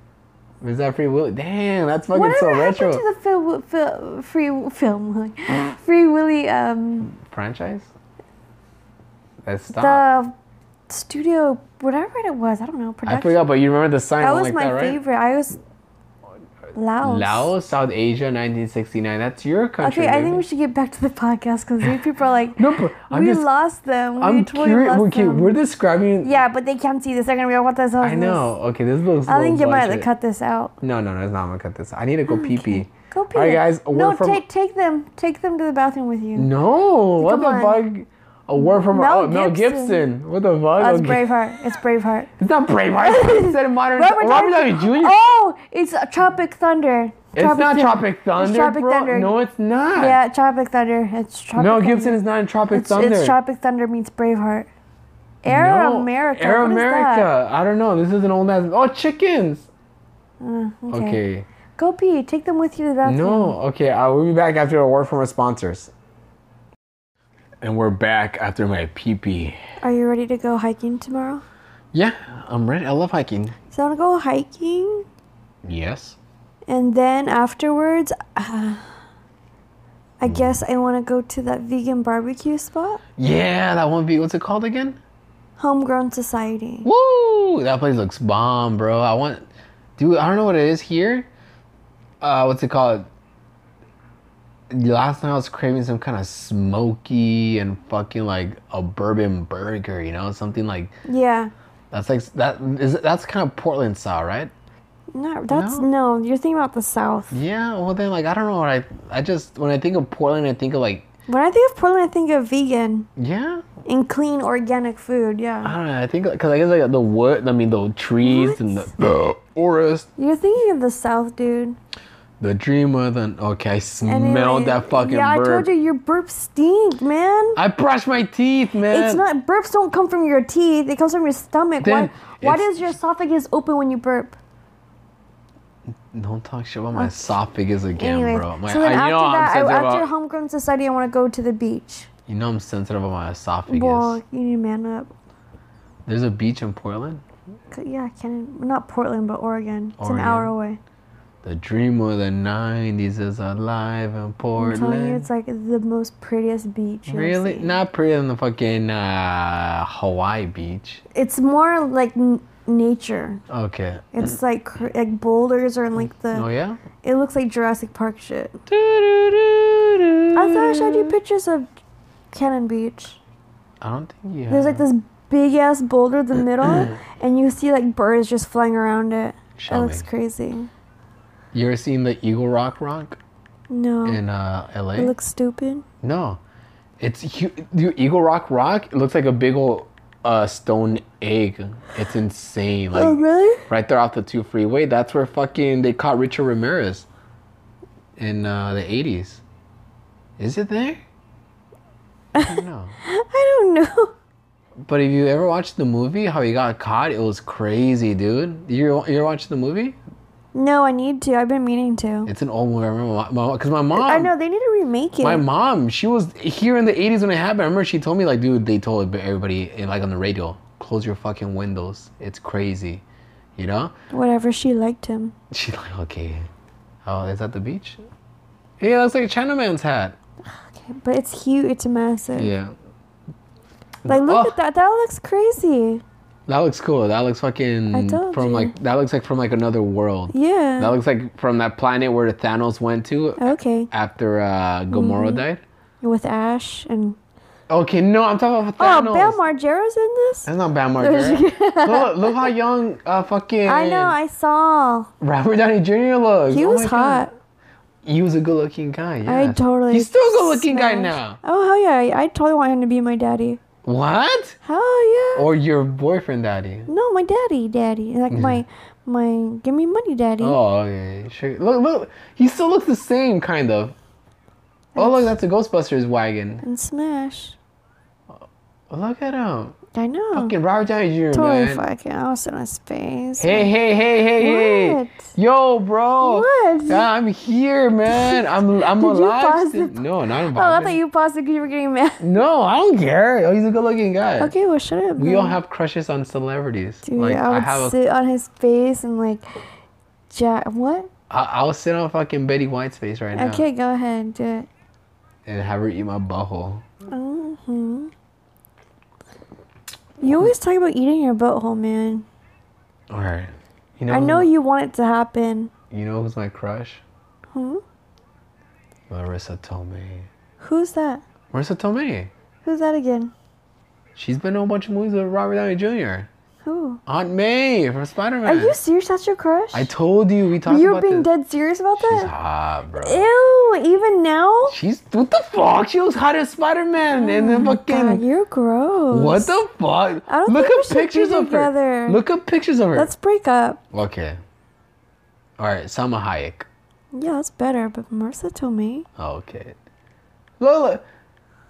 [SPEAKER 2] Is that Free Willy? Damn, that's fucking
[SPEAKER 3] Whatever
[SPEAKER 2] so
[SPEAKER 3] happened
[SPEAKER 2] retro.
[SPEAKER 3] to the Phil, Phil, free film, Free Willy, um,
[SPEAKER 2] Franchise? That stopped.
[SPEAKER 3] the studio, whatever it was, I don't know, production.
[SPEAKER 2] I forgot, but you remember the sign
[SPEAKER 3] That
[SPEAKER 2] went like
[SPEAKER 3] was my
[SPEAKER 2] that, right?
[SPEAKER 3] favorite. I was Laos.
[SPEAKER 2] Laos, South Asia, 1969. That's your country.
[SPEAKER 3] Okay, I think
[SPEAKER 2] baby.
[SPEAKER 3] we should get back to the podcast because these people are like,
[SPEAKER 2] No, but I'm
[SPEAKER 3] we
[SPEAKER 2] just-
[SPEAKER 3] lost them. we
[SPEAKER 2] I'm
[SPEAKER 3] totally
[SPEAKER 2] curious.
[SPEAKER 3] lost
[SPEAKER 2] Okay,
[SPEAKER 3] them.
[SPEAKER 2] we're describing.
[SPEAKER 3] yeah, but they can't see this. They're gonna be like, what the hell is
[SPEAKER 2] I know. Okay, this looks.
[SPEAKER 3] This? I think
[SPEAKER 2] low
[SPEAKER 3] you might have to
[SPEAKER 2] budget.
[SPEAKER 3] cut this out.
[SPEAKER 2] No, no, no. It's not. I'm gonna cut this. I need to go pee pee.
[SPEAKER 3] Go pee.
[SPEAKER 2] All right, guys. A word
[SPEAKER 3] no,
[SPEAKER 2] from.
[SPEAKER 3] take take them, take them to the bathroom with you.
[SPEAKER 2] No, what
[SPEAKER 3] Come
[SPEAKER 2] the
[SPEAKER 3] on.
[SPEAKER 2] fuck? A word from
[SPEAKER 3] Mel
[SPEAKER 2] oh, Mel
[SPEAKER 3] Gibson.
[SPEAKER 2] Gibson. What the fuck?
[SPEAKER 3] Oh, it's
[SPEAKER 2] Okay.
[SPEAKER 3] Braveheart. It's Braveheart.
[SPEAKER 2] It's not Braveheart. it's said modern. Robert, Downey Jr.
[SPEAKER 3] Oh, it's uh, Tropic Thunder.
[SPEAKER 2] it's not Tropic Thunder,
[SPEAKER 3] It's Tropic
[SPEAKER 2] bro.
[SPEAKER 3] Thunder.
[SPEAKER 2] No, it's not.
[SPEAKER 3] Yeah, Tropic Thunder. It's Tropic
[SPEAKER 2] Mel
[SPEAKER 3] Thunder.
[SPEAKER 2] Gibson is not in Tropic
[SPEAKER 3] It's,
[SPEAKER 2] Thunder.
[SPEAKER 3] it's Tropic Thunder means Braveheart. Air
[SPEAKER 2] No,
[SPEAKER 3] America.
[SPEAKER 2] Air
[SPEAKER 3] what is that?
[SPEAKER 2] America. I don't know. This is an old ass. Oh, chickens.
[SPEAKER 3] Uh, okay.
[SPEAKER 2] Okay.
[SPEAKER 3] Go pee. Take them with you to the bathroom.
[SPEAKER 2] No. Okay. I will be back after a word from our sponsors. And we're back after my pee pee.
[SPEAKER 3] Are you ready to go hiking tomorrow?
[SPEAKER 2] Yeah, I'm ready. I love hiking.
[SPEAKER 3] So I want to go hiking,
[SPEAKER 2] Yes.
[SPEAKER 3] and then afterwards, uh,
[SPEAKER 2] Hmm.
[SPEAKER 3] I guess I want to go to that vegan barbecue spot,
[SPEAKER 2] Yeah, that one be what's it called again?
[SPEAKER 3] Homegrown Society.
[SPEAKER 2] Woo! That place looks bomb, bro. I want, dude. I don't know what it is here. Uh, what's it called? Last night I was craving some kind of smoky and fucking like a bourbon burger, you know, something like
[SPEAKER 3] Yeah,
[SPEAKER 2] that's like that is that's kind of Portland style, right?
[SPEAKER 3] No, that's no. You're thinking about the South.
[SPEAKER 2] Yeah, well then, like I don't know. What I I just when I think of Portland, I think of like
[SPEAKER 3] When I think of Portland, I think of vegan
[SPEAKER 2] yeah.
[SPEAKER 3] and clean organic food. Yeah.
[SPEAKER 2] I don't know. I think because I guess like the wood. I mean the trees and the, the forest.
[SPEAKER 3] You're thinking of the South, dude.
[SPEAKER 2] The dreamer. Then okay, I
[SPEAKER 3] Anyway,
[SPEAKER 2] smelled that fucking
[SPEAKER 3] Yeah,
[SPEAKER 2] burp.
[SPEAKER 3] I told you your burps stink, man.
[SPEAKER 2] I brushed my teeth, man.
[SPEAKER 3] It's not burps don't come from your teeth. It comes from your stomach.
[SPEAKER 2] Then
[SPEAKER 3] why? Why
[SPEAKER 2] it's-
[SPEAKER 3] does your esophagus open when you burp?
[SPEAKER 2] Don't talk shit about my esophagus again,
[SPEAKER 3] Anyway,
[SPEAKER 2] bro. My,
[SPEAKER 3] so then
[SPEAKER 2] I, you
[SPEAKER 3] after
[SPEAKER 2] know I'm
[SPEAKER 3] that, I,
[SPEAKER 2] sensitive
[SPEAKER 3] after
[SPEAKER 2] about,
[SPEAKER 3] homegrown society, I want to go to the beach.
[SPEAKER 2] you know I'm sensitive about my esophagus.
[SPEAKER 3] Well, you need to man up.
[SPEAKER 2] There's a beach in Portland.
[SPEAKER 3] C- Yeah, Canada, not Portland, but Oregon. It's an hour away.
[SPEAKER 2] The dream of the '90s is alive in
[SPEAKER 3] I'm telling you,
[SPEAKER 2] Portland.
[SPEAKER 3] it's like the most prettiest beach. you'll
[SPEAKER 2] Really?
[SPEAKER 3] see.
[SPEAKER 2] Not prettier than the fucking uh, Hawaii beach.
[SPEAKER 3] It's more like n- nature.
[SPEAKER 2] Okay.
[SPEAKER 3] It's like cr- like boulders or in like the.
[SPEAKER 2] Oh yeah.
[SPEAKER 3] It looks like Jurassic Park shit. I
[SPEAKER 2] I
[SPEAKER 3] thought I showed you pictures of Cannon Beach.
[SPEAKER 2] I don't think you. Have.
[SPEAKER 3] There's like this big ass boulder in the middle, and you see like birds just flying around it.
[SPEAKER 2] Show
[SPEAKER 3] it looks
[SPEAKER 2] me.
[SPEAKER 3] crazy.
[SPEAKER 2] You ever seen the Eagle Rock Rock
[SPEAKER 3] No,
[SPEAKER 2] in uh, LA?
[SPEAKER 3] it looks stupid.
[SPEAKER 2] No, it's hu dude, Eagle Rock Rock. It looks like a big old uh, stone egg. It's insane. Like
[SPEAKER 3] oh really?
[SPEAKER 2] right there off the two freeway. That's where fucking they caught Richard Ramirez in uh, the eighties. Is it there? I don't know.
[SPEAKER 3] I don't know.
[SPEAKER 2] But if you ever watched the movie, how he got caught, it was crazy, dude. You you watched the movie?
[SPEAKER 3] No, I need to. I've been meaning to.
[SPEAKER 2] It's an old movie. I remember because my, mom.
[SPEAKER 3] I know they need to remake it.
[SPEAKER 2] My mom, she was here in the 80s when it happened. I remember she told me, like, dude, they told everybody, eh, like, on the radio, close your fucking windows. It's crazy. You know?
[SPEAKER 3] Whatever she liked him.
[SPEAKER 2] She's like, okay. Oh, is that the beach? Hey, it looks like a Chinaman's hat.
[SPEAKER 3] Okay, but it's huge. It's massive.
[SPEAKER 2] Yeah.
[SPEAKER 3] Like look
[SPEAKER 2] Oh.
[SPEAKER 3] at that. That looks crazy.
[SPEAKER 2] That looks cool. That looks fucking
[SPEAKER 3] I told
[SPEAKER 2] from,
[SPEAKER 3] you.
[SPEAKER 2] like, that looks like from, like, another world.
[SPEAKER 3] Yeah.
[SPEAKER 2] That looks like from that planet where Thanos went to
[SPEAKER 3] okay.
[SPEAKER 2] after uh, Gomorrah
[SPEAKER 3] Mm-hmm.
[SPEAKER 2] died.
[SPEAKER 3] With Ash and
[SPEAKER 2] Okay, no, I'm talking about
[SPEAKER 3] oh,
[SPEAKER 2] Thanos.
[SPEAKER 3] Bam Margera's in this.
[SPEAKER 2] That's not Bam Margera. look, look how young uh, fucking
[SPEAKER 3] I know. I saw.
[SPEAKER 2] Robert Downey Jr. looks.
[SPEAKER 3] He
[SPEAKER 2] Oh
[SPEAKER 3] was
[SPEAKER 2] my
[SPEAKER 3] hot.
[SPEAKER 2] God. He was a good looking guy. Yeah.
[SPEAKER 3] I totally.
[SPEAKER 2] He's still a good looking guy
[SPEAKER 3] smashed-
[SPEAKER 2] now.
[SPEAKER 3] Oh hell yeah! I- I totally want him to be my daddy.
[SPEAKER 2] What?
[SPEAKER 3] Hell yeah!
[SPEAKER 2] Or your boyfriend, daddy?
[SPEAKER 3] no, my daddy, daddy, like my my give me money, daddy.
[SPEAKER 2] Oh, okay. Sure. Look, look. He still looks the same, kind of. Oh, look, that's a Ghostbusters wagon.
[SPEAKER 3] And smash.
[SPEAKER 2] Look at him.
[SPEAKER 3] I know.
[SPEAKER 2] Fucking Robert Downey Jr.
[SPEAKER 3] Oh. totally
[SPEAKER 2] man.
[SPEAKER 3] fucking awesome in space.
[SPEAKER 2] Hey, hey, hey, hey,
[SPEAKER 3] What?
[SPEAKER 2] hey. Yo, bro.
[SPEAKER 3] What?
[SPEAKER 2] Yeah, I'm here, man. I'm I'm
[SPEAKER 3] Did you
[SPEAKER 2] alive.
[SPEAKER 3] pause
[SPEAKER 2] still.
[SPEAKER 3] the-
[SPEAKER 2] No, not alive.
[SPEAKER 3] Oh, I thought you paused because you were getting mad.
[SPEAKER 2] No, I don't care. Oh, he's a good looking guy.
[SPEAKER 3] Okay, well, shut up.
[SPEAKER 2] We
[SPEAKER 3] then.
[SPEAKER 2] all have crushes on celebrities.
[SPEAKER 3] Hmm. Dude,
[SPEAKER 2] like
[SPEAKER 3] I
[SPEAKER 2] I,
[SPEAKER 3] would
[SPEAKER 2] have, a,
[SPEAKER 3] sit on his face and like, Jack. What?
[SPEAKER 2] I, I'll sit on fucking Betty White's face right now
[SPEAKER 3] Okay, go ahead, do it.
[SPEAKER 2] and have her eat my butthole.
[SPEAKER 3] hmm You always talk about eating your butthole, man.
[SPEAKER 2] All right. You know,
[SPEAKER 3] I
[SPEAKER 2] who's
[SPEAKER 3] know
[SPEAKER 2] my-
[SPEAKER 3] you want it to happen.
[SPEAKER 2] You know who's my crush?
[SPEAKER 3] Hmm?
[SPEAKER 2] Marissa Tomei.
[SPEAKER 3] Who's that?
[SPEAKER 2] Marissa Tomei.
[SPEAKER 3] Who's that again?
[SPEAKER 2] She's been in a bunch of movies with Robert Downey Jr.
[SPEAKER 3] Who?
[SPEAKER 2] Aunt May from Spider
[SPEAKER 3] Are
[SPEAKER 2] Man.
[SPEAKER 3] you serious? That's your crush?
[SPEAKER 2] I told you we talked
[SPEAKER 3] you were
[SPEAKER 2] about
[SPEAKER 3] being
[SPEAKER 2] this.
[SPEAKER 3] dead serious about
[SPEAKER 2] She's
[SPEAKER 3] that?
[SPEAKER 2] hot, bro.
[SPEAKER 3] Ew! Even now?
[SPEAKER 2] She's what the fuck? She was hot as Spider Man and then
[SPEAKER 3] Oh God,
[SPEAKER 2] fucking
[SPEAKER 3] you're gross.
[SPEAKER 2] what the fuck?
[SPEAKER 3] I don't
[SPEAKER 2] Look
[SPEAKER 3] think we
[SPEAKER 2] up
[SPEAKER 3] should be
[SPEAKER 2] pictures of her.
[SPEAKER 3] together.
[SPEAKER 2] Look up pictures of her.
[SPEAKER 3] Let's break up.
[SPEAKER 2] Okay. All right, Salma Hayek. Oh,
[SPEAKER 3] Yeah, that's better. But Marissa told me.
[SPEAKER 2] Okay. Lola,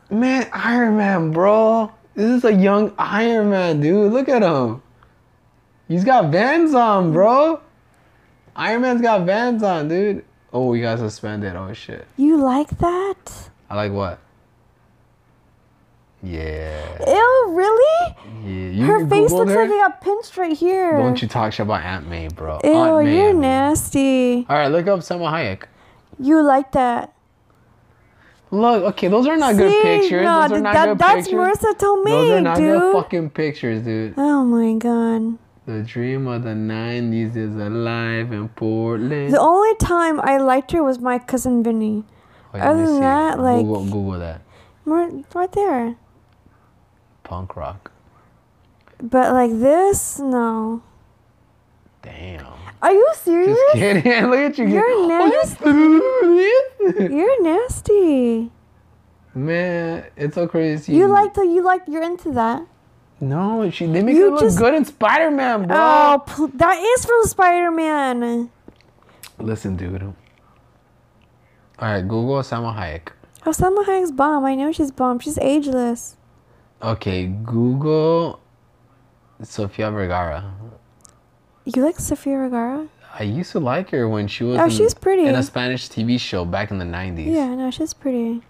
[SPEAKER 2] man, Iron Man, bro. This is a young Iron Man, dude. Look at him. He's got Vans on, bro. Iron Man's got Vans on, dude. Oh, we got suspended. Oh shit.
[SPEAKER 3] You like that?
[SPEAKER 2] I like what? Yeah.
[SPEAKER 3] Ew! Really?
[SPEAKER 2] Yeah. You
[SPEAKER 3] Her face
[SPEAKER 2] Googled
[SPEAKER 3] looks
[SPEAKER 2] her?
[SPEAKER 3] like it got pinched right here.
[SPEAKER 2] Don't you talk shit about Aunt May, bro.
[SPEAKER 3] Ew!
[SPEAKER 2] Aunt May,
[SPEAKER 3] you're
[SPEAKER 2] Aunt May.
[SPEAKER 3] nasty.
[SPEAKER 2] All right, look up Salma Hayek.
[SPEAKER 3] You like that?
[SPEAKER 2] Look, okay, those are not
[SPEAKER 3] See?
[SPEAKER 2] good pictures.
[SPEAKER 3] No,
[SPEAKER 2] those are
[SPEAKER 3] th-
[SPEAKER 2] not
[SPEAKER 3] that-
[SPEAKER 2] good
[SPEAKER 3] that's
[SPEAKER 2] pictures.
[SPEAKER 3] Marissa told me,
[SPEAKER 2] those are not good
[SPEAKER 3] dude.
[SPEAKER 2] fucking pictures, dude.
[SPEAKER 3] oh my god.
[SPEAKER 2] The dream of the '90s is alive in Portland.
[SPEAKER 3] The only time I liked her was my cousin Vinny.
[SPEAKER 2] Wait, let me
[SPEAKER 3] other than
[SPEAKER 2] see.
[SPEAKER 3] that, like-
[SPEAKER 2] Google, Google that
[SPEAKER 3] Mar- Right there.
[SPEAKER 2] punk rock.
[SPEAKER 3] But like this, no.
[SPEAKER 2] Damn.
[SPEAKER 3] Are you serious?
[SPEAKER 2] Just kidding. Look at you.
[SPEAKER 3] You're
[SPEAKER 2] oh, you serious?
[SPEAKER 3] You're nasty.
[SPEAKER 2] Man, it's so crazy.
[SPEAKER 3] You like to you like you're into that.
[SPEAKER 2] No, she. They make
[SPEAKER 3] You
[SPEAKER 2] her look
[SPEAKER 3] just-
[SPEAKER 2] good in Spider Man, bro.
[SPEAKER 3] Oh, pl- that is from Spider Man.
[SPEAKER 2] Listen, dude. All right, Google Sama Hayek.
[SPEAKER 3] Oh, Selma Hayek's bomb. I know she's bomb. She's ageless.
[SPEAKER 2] Okay, Google Sofia Vergara.
[SPEAKER 3] You like Sofia Vergara?
[SPEAKER 2] I used to like her when she was
[SPEAKER 3] Oh,
[SPEAKER 2] in,
[SPEAKER 3] she's pretty.
[SPEAKER 2] in a Spanish TV show back in the 90s.
[SPEAKER 3] Yeah, no, she's pretty.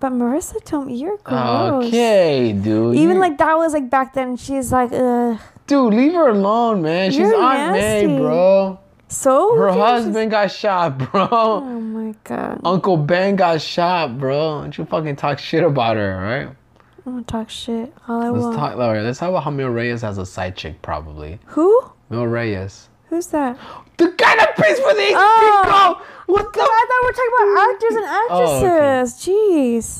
[SPEAKER 3] But Marissa Tomei, you're gross.
[SPEAKER 2] Okay, dude.
[SPEAKER 3] Even
[SPEAKER 2] you-
[SPEAKER 3] like that was like back then. She's like, ugh.
[SPEAKER 2] dude, leave her alone, man. She's
[SPEAKER 3] You're
[SPEAKER 2] Aunt May,
[SPEAKER 3] nasty.
[SPEAKER 2] bro.
[SPEAKER 3] So
[SPEAKER 2] Her
[SPEAKER 3] who cares? She's-
[SPEAKER 2] husband got shot, bro.
[SPEAKER 3] Oh my god.
[SPEAKER 2] Uncle Ben got shot, bro. Don't you fucking talk shit about her, all right?
[SPEAKER 3] I'm gonna talk shit all I
[SPEAKER 2] Let's
[SPEAKER 3] want.
[SPEAKER 2] talk. All right, let's talk about how Mil Reyes has a side chick, probably.
[SPEAKER 3] Who?
[SPEAKER 2] Mil Reyes.
[SPEAKER 3] Who's that?
[SPEAKER 2] The guy that pays for the
[SPEAKER 3] Oh.
[SPEAKER 2] HBO. What the?
[SPEAKER 3] I thought we were talking about actors and
[SPEAKER 2] Oh,
[SPEAKER 3] actresses.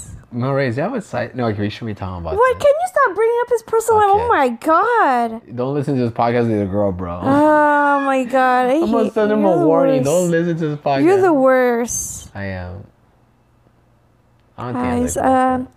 [SPEAKER 3] Jeez.
[SPEAKER 2] Mil Reyes, you have a side. No, we shouldn't be talking about
[SPEAKER 3] What?
[SPEAKER 2] this.
[SPEAKER 3] Can you stop bringing up his personal life?
[SPEAKER 2] Okay.
[SPEAKER 3] Oh my god.
[SPEAKER 2] Don't listen to this podcast with a girl, bro.
[SPEAKER 3] Oh my god. I
[SPEAKER 2] I'm gonna
[SPEAKER 3] hate-
[SPEAKER 2] send him
[SPEAKER 3] you're
[SPEAKER 2] a
[SPEAKER 3] the
[SPEAKER 2] warning. Don't
[SPEAKER 3] worst.
[SPEAKER 2] listen to this podcast.
[SPEAKER 3] You're the worst.
[SPEAKER 2] I am. I don't think
[SPEAKER 3] Guys,
[SPEAKER 2] I like
[SPEAKER 3] um,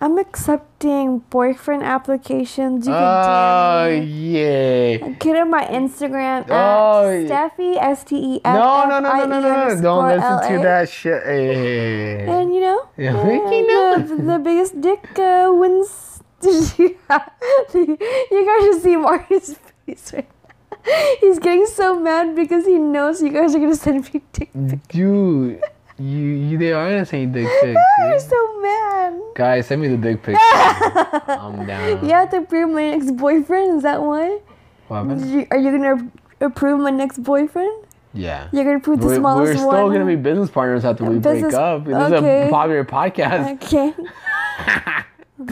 [SPEAKER 3] I'm accepting boyfriend applications. You
[SPEAKER 2] that.
[SPEAKER 3] can
[SPEAKER 2] Oh,
[SPEAKER 3] DM me.
[SPEAKER 2] yeah.
[SPEAKER 3] Get on my Instagram at
[SPEAKER 2] Oh, yeah.
[SPEAKER 3] Steffi S T E F F
[SPEAKER 2] No,
[SPEAKER 3] I
[SPEAKER 2] no,
[SPEAKER 3] E
[SPEAKER 2] no, no, no, no, no. Don't
[SPEAKER 3] underscore
[SPEAKER 2] listen
[SPEAKER 3] LA.
[SPEAKER 2] to that shit. Hey, hey, hey, hey.
[SPEAKER 3] And you know,
[SPEAKER 2] Yeah,
[SPEAKER 3] uh,
[SPEAKER 2] Ricky, no.
[SPEAKER 3] the, the biggest dick uh, wins. you guys should see Mario's face right now. He's getting so mad because he knows you guys are gonna send me dick pics.
[SPEAKER 2] Dude, you, you, they are gonna send you dick pics.
[SPEAKER 3] I'm
[SPEAKER 2] dude.
[SPEAKER 3] so mad.
[SPEAKER 2] Guys, send me the dick pics. I'm down.
[SPEAKER 3] You have to approve my next boyfriend. Is that why?
[SPEAKER 2] What happened?
[SPEAKER 3] Did you- Are you gonna approve my next boyfriend?
[SPEAKER 2] Yeah.
[SPEAKER 3] You're gonna approve the
[SPEAKER 2] We're,
[SPEAKER 3] smallest
[SPEAKER 2] we're still
[SPEAKER 3] one.
[SPEAKER 2] gonna be business partners after we break
[SPEAKER 3] Business-
[SPEAKER 2] up. This is a
[SPEAKER 3] okay.
[SPEAKER 2] popular podcast.
[SPEAKER 3] Okay.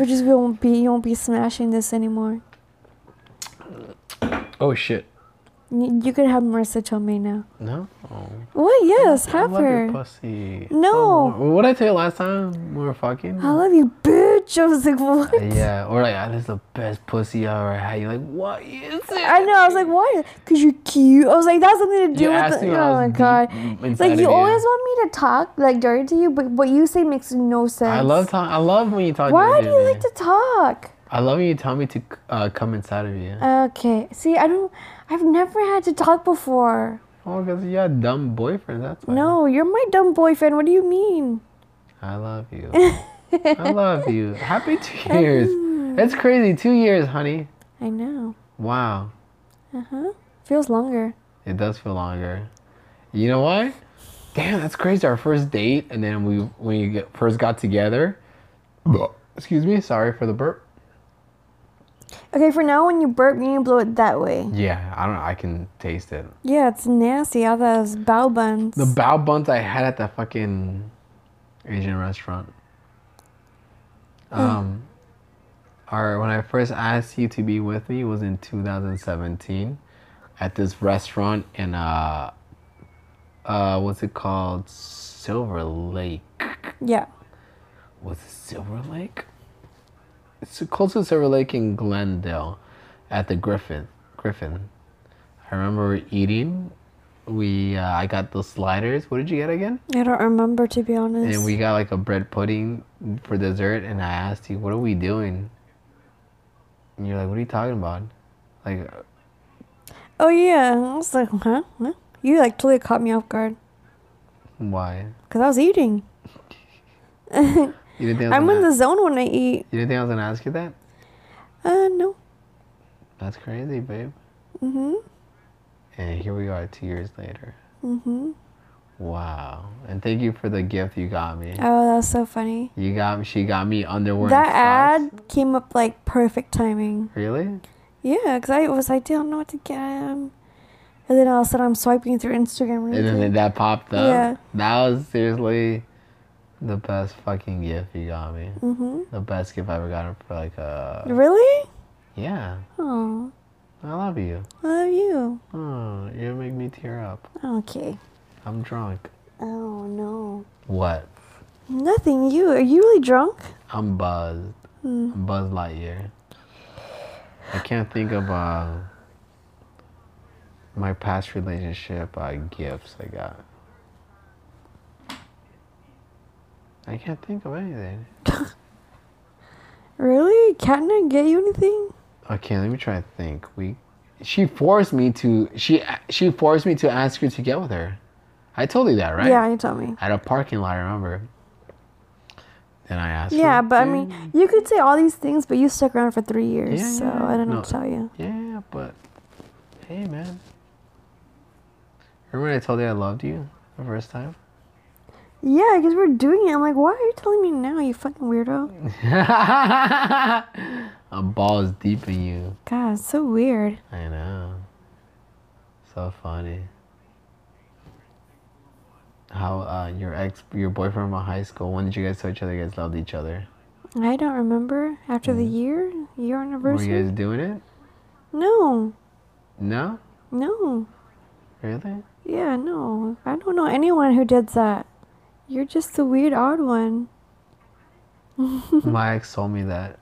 [SPEAKER 3] but just we won't be. You won't be smashing this anymore.
[SPEAKER 2] Oh shit.
[SPEAKER 3] You, you could have Marissa Tomei now.
[SPEAKER 2] No.
[SPEAKER 3] What? Yes,
[SPEAKER 2] Oh. I
[SPEAKER 3] have
[SPEAKER 2] love your
[SPEAKER 3] her.
[SPEAKER 2] pussy. Oh,
[SPEAKER 3] No.
[SPEAKER 2] What did I tell you last time we were fucking?
[SPEAKER 3] I love you, bitch. I was like, what?
[SPEAKER 2] Yeah, or like, "Ah, this is the best pussy I ever had. You're like, what is it?
[SPEAKER 3] I know. I was like, why? Cause you're cute. I was like, that's something to do
[SPEAKER 2] You asked
[SPEAKER 3] with. The,
[SPEAKER 2] me when I
[SPEAKER 3] oh
[SPEAKER 2] was
[SPEAKER 3] my
[SPEAKER 2] deep
[SPEAKER 3] god. It's
[SPEAKER 2] inside
[SPEAKER 3] like
[SPEAKER 2] of
[SPEAKER 3] you
[SPEAKER 2] you.
[SPEAKER 3] always want me to talk like dirty to you, but what you say makes no sense.
[SPEAKER 2] I love ta- I love when you talk.
[SPEAKER 3] Why
[SPEAKER 2] dirty
[SPEAKER 3] do
[SPEAKER 2] to
[SPEAKER 3] you
[SPEAKER 2] me.
[SPEAKER 3] like to talk?
[SPEAKER 2] I love when you tell me to uh, come inside of you.
[SPEAKER 3] Okay. See, I don't. I've never had to talk before.
[SPEAKER 2] Oh, because you had dumb boyfriend. That's why.
[SPEAKER 3] No, you're my dumb boyfriend. What do you mean?
[SPEAKER 2] I love you. I love you. Happy two years. That's crazy. Two years, honey.
[SPEAKER 3] I know.
[SPEAKER 2] Wow.
[SPEAKER 3] Uh huh. Feels longer.
[SPEAKER 2] It does feel longer. You know why? Damn, that's crazy. Our first date, and then we when you get, first got together. Excuse me. Sorry for the burp.
[SPEAKER 3] Okay, for now, when you burp, you need to blow it that way.
[SPEAKER 2] Yeah, I don't know. I can taste it.
[SPEAKER 3] Yeah, it's nasty. All those bow buns.
[SPEAKER 2] The bao buns I had at the fucking Asian restaurant. Um, our when I first asked you to be with me was in 2017, at this restaurant in uh, uh, what's it called? Silver Lake.
[SPEAKER 3] yeah.
[SPEAKER 2] Was it Silver Lake? It's close to Silver Lake in Glendale, at the Griffin. Griffin. I remember eating. We uh, I got those sliders. What did you get again?
[SPEAKER 3] I don't remember, to be honest.
[SPEAKER 2] And we got like a bread pudding for dessert, and I asked you, "What are we doing?" And you're like, "What are you talking about?" Like, uh,
[SPEAKER 3] oh, yeah. I was like, huh? huh? You, like, totally caught me off guard.
[SPEAKER 2] why?
[SPEAKER 3] Because I was eating.
[SPEAKER 2] You didn't think I was
[SPEAKER 3] I'm
[SPEAKER 2] gonna,
[SPEAKER 3] in the zone when I eat.
[SPEAKER 2] You didn't think I was gonna ask you that?
[SPEAKER 3] Uh, no.
[SPEAKER 2] That's crazy, babe.
[SPEAKER 3] Mm-hmm.
[SPEAKER 2] And here we are, two years later.
[SPEAKER 3] Mm-hmm.
[SPEAKER 2] Wow. And thank you for the gift you got me.
[SPEAKER 3] Oh, that's so funny.
[SPEAKER 2] You got she got me underwear.
[SPEAKER 3] that
[SPEAKER 2] and
[SPEAKER 3] ad
[SPEAKER 2] socks.
[SPEAKER 3] came up, like, perfect timing.
[SPEAKER 2] Really?
[SPEAKER 3] Yeah, because I was like, I don't know what to get him. And then all of a sudden, I'm swiping through Instagram. really
[SPEAKER 2] And then that popped up.
[SPEAKER 3] Yeah.
[SPEAKER 2] That was seriously the best fucking gift you got me.
[SPEAKER 3] Mm-hmm.
[SPEAKER 2] The best gift I ever gotten for like a
[SPEAKER 3] Really?
[SPEAKER 2] yeah.
[SPEAKER 3] Oh,
[SPEAKER 2] I love you.
[SPEAKER 3] I love you.
[SPEAKER 2] Oh, you make me tear up.
[SPEAKER 3] Okay.
[SPEAKER 2] I'm drunk.
[SPEAKER 3] Oh no.
[SPEAKER 2] What?
[SPEAKER 3] Nothing. You are you really drunk?
[SPEAKER 2] I'm buzzed.
[SPEAKER 3] Hmm.
[SPEAKER 2] I'm Buzz Lightyear. I can't think of uh, my past relationship uh, gifts I got. I can't think of anything.
[SPEAKER 3] Really? Can't I get you anything?
[SPEAKER 2] Okay, let me try to think. We, she forced me to. She she forced me to ask her to get with her. I told you that, right?
[SPEAKER 3] Yeah, you told me.
[SPEAKER 2] At a parking lot, I remember. Then I asked.
[SPEAKER 3] Yeah,
[SPEAKER 2] her
[SPEAKER 3] but I
[SPEAKER 2] to-
[SPEAKER 3] mean, you could say all these things, but you stuck around for three years,
[SPEAKER 2] Yeah,
[SPEAKER 3] so
[SPEAKER 2] yeah,
[SPEAKER 3] I don't know
[SPEAKER 2] no.
[SPEAKER 3] what to tell you.
[SPEAKER 2] Yeah, but hey, man. Remember when I told you I loved you the first time?
[SPEAKER 3] Yeah, because we're doing it. I'm like, why are you telling me now, you fucking weirdo?
[SPEAKER 2] a ball is deep in you.
[SPEAKER 3] God, it's so weird.
[SPEAKER 2] I know. So funny. How uh, your ex, your boyfriend from high school, when did you guys tell each other you guys loved each other?
[SPEAKER 3] I don't remember after the year, year
[SPEAKER 2] Were you
[SPEAKER 3] anniversary.
[SPEAKER 2] guys doing it?
[SPEAKER 3] No,
[SPEAKER 2] No?
[SPEAKER 3] no,
[SPEAKER 2] Really?
[SPEAKER 3] yeah, no. I don't know anyone who did that. You're just the weird odd one.
[SPEAKER 2] My ex told me that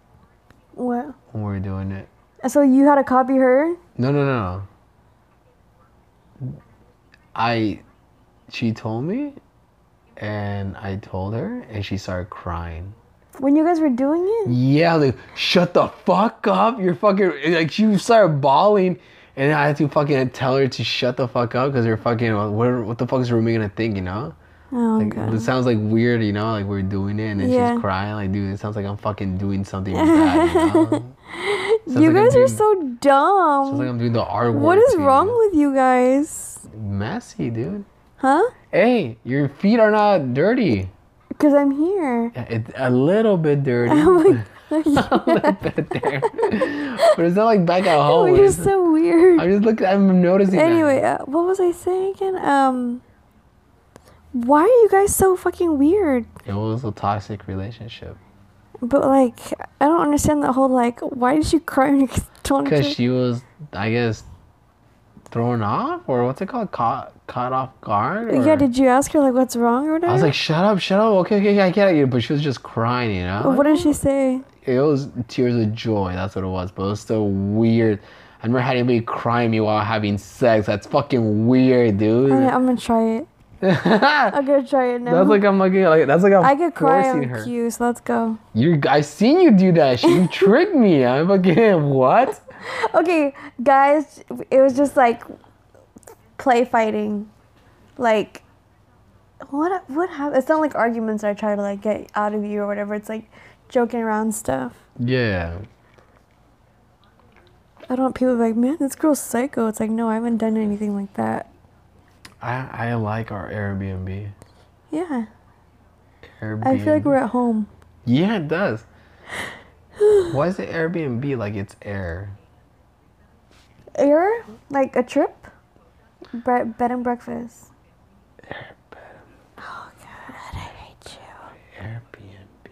[SPEAKER 3] What?
[SPEAKER 2] when we were doing it.
[SPEAKER 3] So you had to copy her?
[SPEAKER 2] No, no, no. I, she told me, and I told her, and she started crying.
[SPEAKER 3] When you guys were doing it?
[SPEAKER 2] Yeah, like shut the fuck up. You're fucking like she started bawling, and I had to fucking tell her to shut the fuck up because they're fucking. What, what the fuck is Rumi gonna think? You know,
[SPEAKER 3] Oh,
[SPEAKER 2] like
[SPEAKER 3] God.
[SPEAKER 2] it sounds like weird. You know, like we're doing it, and then
[SPEAKER 3] Yeah.
[SPEAKER 2] she's crying. Like, dude, it sounds like I'm fucking doing something bad. You know? Sounds
[SPEAKER 3] You
[SPEAKER 2] like I'm
[SPEAKER 3] guys are
[SPEAKER 2] doing-
[SPEAKER 3] so
[SPEAKER 2] Sounds like
[SPEAKER 3] dumb.
[SPEAKER 2] I'm doing the artwork.
[SPEAKER 3] What is
[SPEAKER 2] you
[SPEAKER 3] wrong
[SPEAKER 2] know?
[SPEAKER 3] with you guys?
[SPEAKER 2] Messy, dude.
[SPEAKER 3] Huh?
[SPEAKER 2] Hey, your feet are not dirty.
[SPEAKER 3] Because I'm here.
[SPEAKER 2] It's a little bit dirty.
[SPEAKER 3] Oh my
[SPEAKER 2] a
[SPEAKER 3] god.
[SPEAKER 2] little bit there. but it's not like back at home.
[SPEAKER 3] You're
[SPEAKER 2] it's-
[SPEAKER 3] so weird.
[SPEAKER 2] I'm just looking. I'm noticing. that.
[SPEAKER 3] Anyway, uh, what was I saying again? Um, why are you guys so fucking weird?
[SPEAKER 2] it was a toxic relationship
[SPEAKER 3] But like, I don't understand the whole like. Why did she cry when you guys told her?
[SPEAKER 2] because
[SPEAKER 3] to-
[SPEAKER 2] she was, I guess, thrown off or what's it called, caught caught off guard. Or...
[SPEAKER 3] yeah, did you ask her like what's wrong or whatever?
[SPEAKER 2] I was like, shut up, shut up. Okay, okay, yeah, I get it. But she was just crying, you know.
[SPEAKER 3] what did she say?
[SPEAKER 2] It was tears of joy. That's what it was. But it was still weird. I never had anybody cry at me while having sex. That's fucking weird, dude.
[SPEAKER 3] I'm gonna, I'm gonna try it. I'm gonna try it now.
[SPEAKER 2] That's like I'm like, like that's like I'm
[SPEAKER 3] I could cry
[SPEAKER 2] forcing
[SPEAKER 3] on
[SPEAKER 2] her.
[SPEAKER 3] cue, so let's go.
[SPEAKER 2] You, I seen you do that. shit. You tricked me. I'm again. What?
[SPEAKER 3] Okay, guys, it was just like play fighting. Like what what happened? It's not like arguments I try to like get out of you or whatever. It's like joking around stuff.
[SPEAKER 2] Yeah.
[SPEAKER 3] I don't want people to be like, man, this girl's psycho. It's like, no, I haven't done anything like that.
[SPEAKER 2] I I like our Airbnb.
[SPEAKER 3] Yeah,
[SPEAKER 2] Airbnb.
[SPEAKER 3] I feel like we're at home.
[SPEAKER 2] Yeah, it does. Why is it Airbnb like it's air?
[SPEAKER 3] Air like a trip, Bre- bed and breakfast. Oh God, I hate you.
[SPEAKER 2] Airbnb.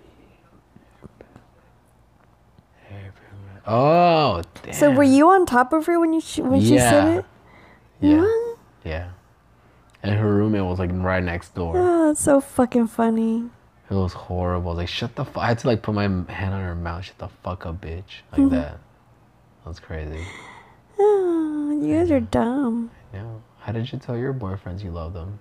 [SPEAKER 2] Airbnb. Oh, damn.
[SPEAKER 3] So were you on top of her when you sh- when she
[SPEAKER 2] Yeah.
[SPEAKER 3] said it?
[SPEAKER 2] Yeah.
[SPEAKER 3] What?
[SPEAKER 2] Yeah. And her roommate was like right next door.
[SPEAKER 3] Oh, that's so fucking funny.
[SPEAKER 2] It was horrible. I was like, shut the fuck. I had to like put my m- hand on her mouth. Shut the fuck up, bitch.
[SPEAKER 3] Mm-hmm.
[SPEAKER 2] Like that. That was crazy.
[SPEAKER 3] Oh, you guys are dumb.
[SPEAKER 2] Yeah. How did you tell your boyfriends you love them?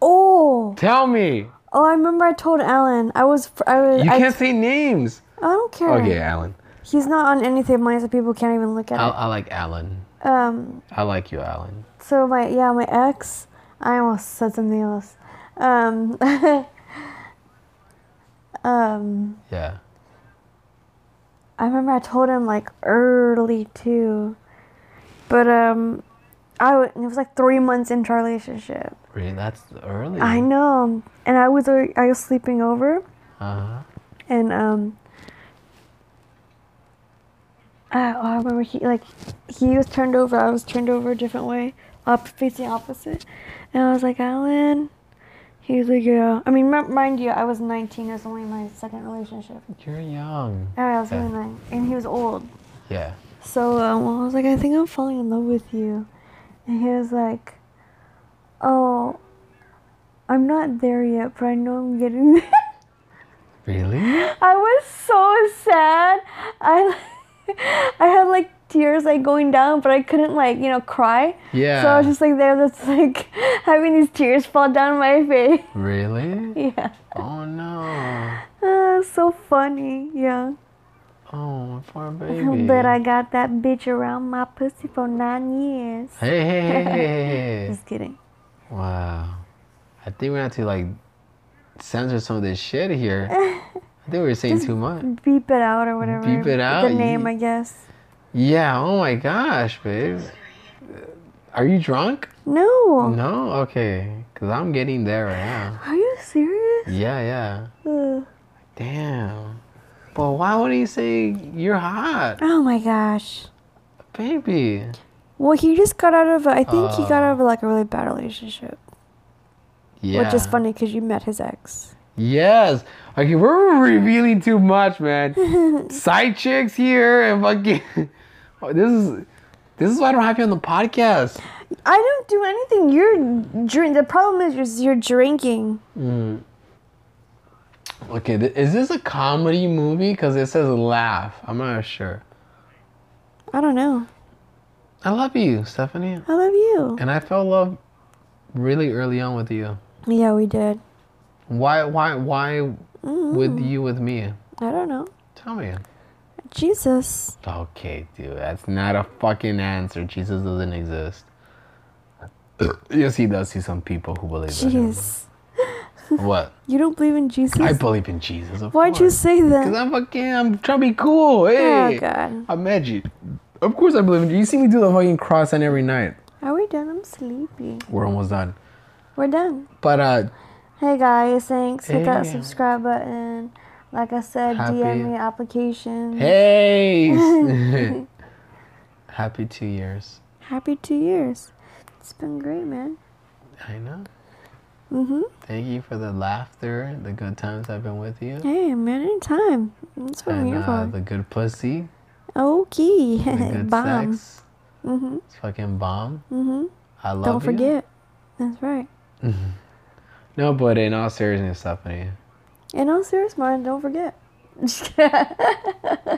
[SPEAKER 3] Oh,
[SPEAKER 2] Tell me.
[SPEAKER 3] oh, I remember I told Alan. I was, fr- I was,
[SPEAKER 2] You
[SPEAKER 3] I,
[SPEAKER 2] can't say names.
[SPEAKER 3] I don't care.
[SPEAKER 2] Okay, Alan.
[SPEAKER 3] He's not on anything of mine, so people can't even look at
[SPEAKER 2] I, I like Alan.
[SPEAKER 3] it. Um,
[SPEAKER 2] I like you, Alan.
[SPEAKER 3] so my, yeah, my ex, I almost said something else. Um, um,
[SPEAKER 2] Yeah.
[SPEAKER 3] I remember I told him like early too, but um, I w- it was like three months into our relationship.
[SPEAKER 2] Really? That's early.
[SPEAKER 3] I know. And I was uh, I was sleeping over
[SPEAKER 2] Uh-huh.
[SPEAKER 3] and um I, oh, I remember he like he was turned over, I was turned over a different way, up facing opposite. And I was like, Alan he was like, yeah. I mean, m- mind you, I was 19. It was only my second relationship.
[SPEAKER 2] You're young.
[SPEAKER 3] I was
[SPEAKER 2] Yeah.
[SPEAKER 3] really young, and he was old.
[SPEAKER 2] Yeah.
[SPEAKER 3] So um, I was like, I think I'm falling in love with you. And he was like, Oh, I'm not there yet, but I know I'm getting there.
[SPEAKER 2] Really?
[SPEAKER 3] I was so sad. I, I had like tears tears like going down, but I couldn't like you know cry.
[SPEAKER 2] Yeah.
[SPEAKER 3] So I was just like there, that's like having these tears fall down my face.
[SPEAKER 2] Really?
[SPEAKER 3] yeah.
[SPEAKER 2] Oh no.
[SPEAKER 3] Ah, so funny. Yeah.
[SPEAKER 2] Oh, poor baby.
[SPEAKER 3] But I got that bitch around my pussy for nine years.
[SPEAKER 2] Hey, hey, hey, hey, hey, hey.
[SPEAKER 3] Just kidding.
[SPEAKER 2] Wow. I think we have to like censor some of this shit here. I think we were saying too much.
[SPEAKER 3] Beep it out or whatever.
[SPEAKER 2] Beep it out,
[SPEAKER 3] The name,
[SPEAKER 2] you-
[SPEAKER 3] I guess.
[SPEAKER 2] Yeah, oh my gosh, babe. Are you drunk?
[SPEAKER 3] No.
[SPEAKER 2] No? Okay. Because I'm getting there right now.
[SPEAKER 3] Are you serious?
[SPEAKER 2] Yeah, yeah.
[SPEAKER 3] Ugh.
[SPEAKER 2] Damn. But why would he say you're hot,
[SPEAKER 3] Oh my gosh.
[SPEAKER 2] baby?
[SPEAKER 3] Well, he just got out of. a- I think he got
[SPEAKER 2] Uh,
[SPEAKER 3] out of like a really bad relationship,
[SPEAKER 2] Yeah.
[SPEAKER 3] which is funny because you met his ex.
[SPEAKER 2] Yes. Okay, we're revealing too much, man. Side chicks here and fucking. Oh, this is this is why I don't have you on the podcast.
[SPEAKER 3] I don't do anything. You're drink. The problem is you're, you're drinking.
[SPEAKER 2] Hmm. Okay, th- is this a comedy movie? Because it says laugh. I'm not sure.
[SPEAKER 3] I don't know.
[SPEAKER 2] I love you, Stephanie,
[SPEAKER 3] I love you.
[SPEAKER 2] and I fell in love really early on with you.
[SPEAKER 3] Yeah, we did.
[SPEAKER 2] Why? Why? Why? With
[SPEAKER 3] Mm.
[SPEAKER 2] you with me?
[SPEAKER 3] I don't know.
[SPEAKER 2] Tell me.
[SPEAKER 3] Jesus.
[SPEAKER 2] Okay, dude, that's not a fucking answer. Jesus doesn't exist. yes, he does see some people who believe
[SPEAKER 3] Jeez.
[SPEAKER 2] in him. What?
[SPEAKER 3] You don't believe in Jesus?
[SPEAKER 2] I believe in Jesus. Of
[SPEAKER 3] Why'd you say
[SPEAKER 2] Because
[SPEAKER 3] that?
[SPEAKER 2] I'm fucking. I'm trying to be cool. Hey.
[SPEAKER 3] Oh God.
[SPEAKER 2] I'm edgy. Of course I believe in you. You see me do the fucking cross on every night.
[SPEAKER 3] Are we done? I'm sleepy.
[SPEAKER 2] We're almost done.
[SPEAKER 3] We're done.
[SPEAKER 2] But uh,
[SPEAKER 3] Hey guys, thanks. Hit that
[SPEAKER 2] Hey.
[SPEAKER 3] subscribe button. Like I said,
[SPEAKER 2] Happy-
[SPEAKER 3] DM me application.
[SPEAKER 2] hey, happy two years.
[SPEAKER 3] Happy two years. It's been great, man.
[SPEAKER 2] I know.
[SPEAKER 3] Mhm.
[SPEAKER 2] Thank you for the laughter, the good times I've been with you,
[SPEAKER 3] Hey, man, anytime. That's what I'm
[SPEAKER 2] and
[SPEAKER 3] here
[SPEAKER 2] uh,
[SPEAKER 3] for.
[SPEAKER 2] the good pussy. the
[SPEAKER 3] Okay.
[SPEAKER 2] good
[SPEAKER 3] Bomb.
[SPEAKER 2] sex.
[SPEAKER 3] Mhm.
[SPEAKER 2] It's fucking bomb.
[SPEAKER 3] Mhm.
[SPEAKER 2] I love
[SPEAKER 3] Don't
[SPEAKER 2] you.
[SPEAKER 3] forget. That's right.
[SPEAKER 2] No, but in all seriousness, Stephanie,
[SPEAKER 3] In all serious mind, don't forget.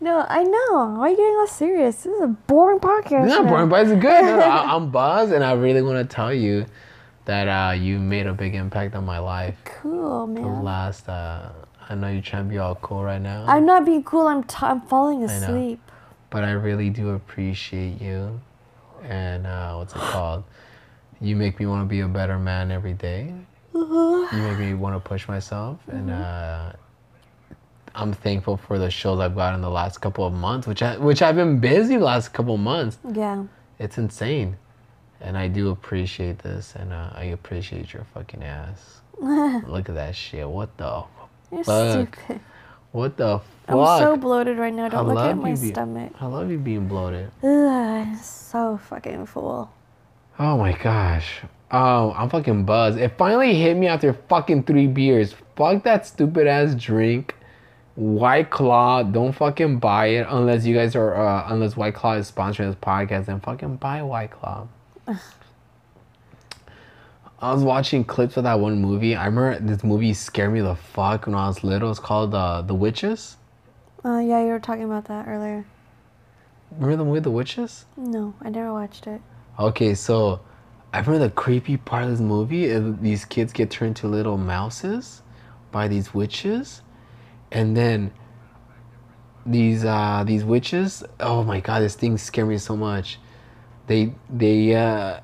[SPEAKER 3] no, I know. Why are you getting all serious? This is a boring podcast.
[SPEAKER 2] no,
[SPEAKER 3] now.
[SPEAKER 2] Brian Bites is good. No, no, I, I'm Buzz, and I really want to tell you that uh, you made a big impact on my life.
[SPEAKER 3] Cool,
[SPEAKER 2] The
[SPEAKER 3] man.
[SPEAKER 2] last, uh, I know you're trying to be all cool right now,
[SPEAKER 3] I'm not being cool. I'm t- I'm falling
[SPEAKER 2] know.
[SPEAKER 3] asleep.
[SPEAKER 2] but I really do appreciate you. And uh, what's it called? You make me want to be a better man every day.
[SPEAKER 3] Uh-huh.
[SPEAKER 2] you make me want to push myself and
[SPEAKER 3] Mm-hmm.
[SPEAKER 2] uh, i'm thankful for the shows i've got in the last couple of months which i which i've been busy the last couple of months
[SPEAKER 3] Yeah.
[SPEAKER 2] it's insane and i do appreciate this and uh, i appreciate your fucking ass look at that shit what the
[SPEAKER 3] You're
[SPEAKER 2] Fuck.
[SPEAKER 3] stupid.
[SPEAKER 2] what the
[SPEAKER 3] I'm
[SPEAKER 2] fuck
[SPEAKER 3] so bloated right now.
[SPEAKER 2] I
[SPEAKER 3] Don't look
[SPEAKER 2] love
[SPEAKER 3] at my
[SPEAKER 2] you, dude.
[SPEAKER 3] stomach.
[SPEAKER 2] i love you being bloated
[SPEAKER 3] Ugh, I'm so fucking full.
[SPEAKER 2] oh my gosh Oh, I'm fucking buzzed. It finally hit me after fucking three beers. Fuck that stupid ass drink. White Claw, don't fucking buy it unless you guys are uh, unless White Claw is sponsoring this podcast. Then fucking buy White Claw. I was watching clips of that one movie. I remember this movie scared me the fuck when I was little. It's called uh, The Witches.
[SPEAKER 3] Uh, yeah, you were talking about that earlier.
[SPEAKER 2] Remember the movie The Witches?
[SPEAKER 3] No, I never watched it.
[SPEAKER 2] Okay, so I remember the creepy part of this movie is these kids get turned to little mouses by these witches, and then these uh, these witches. Oh my god, this thing scared me so much. They they uh,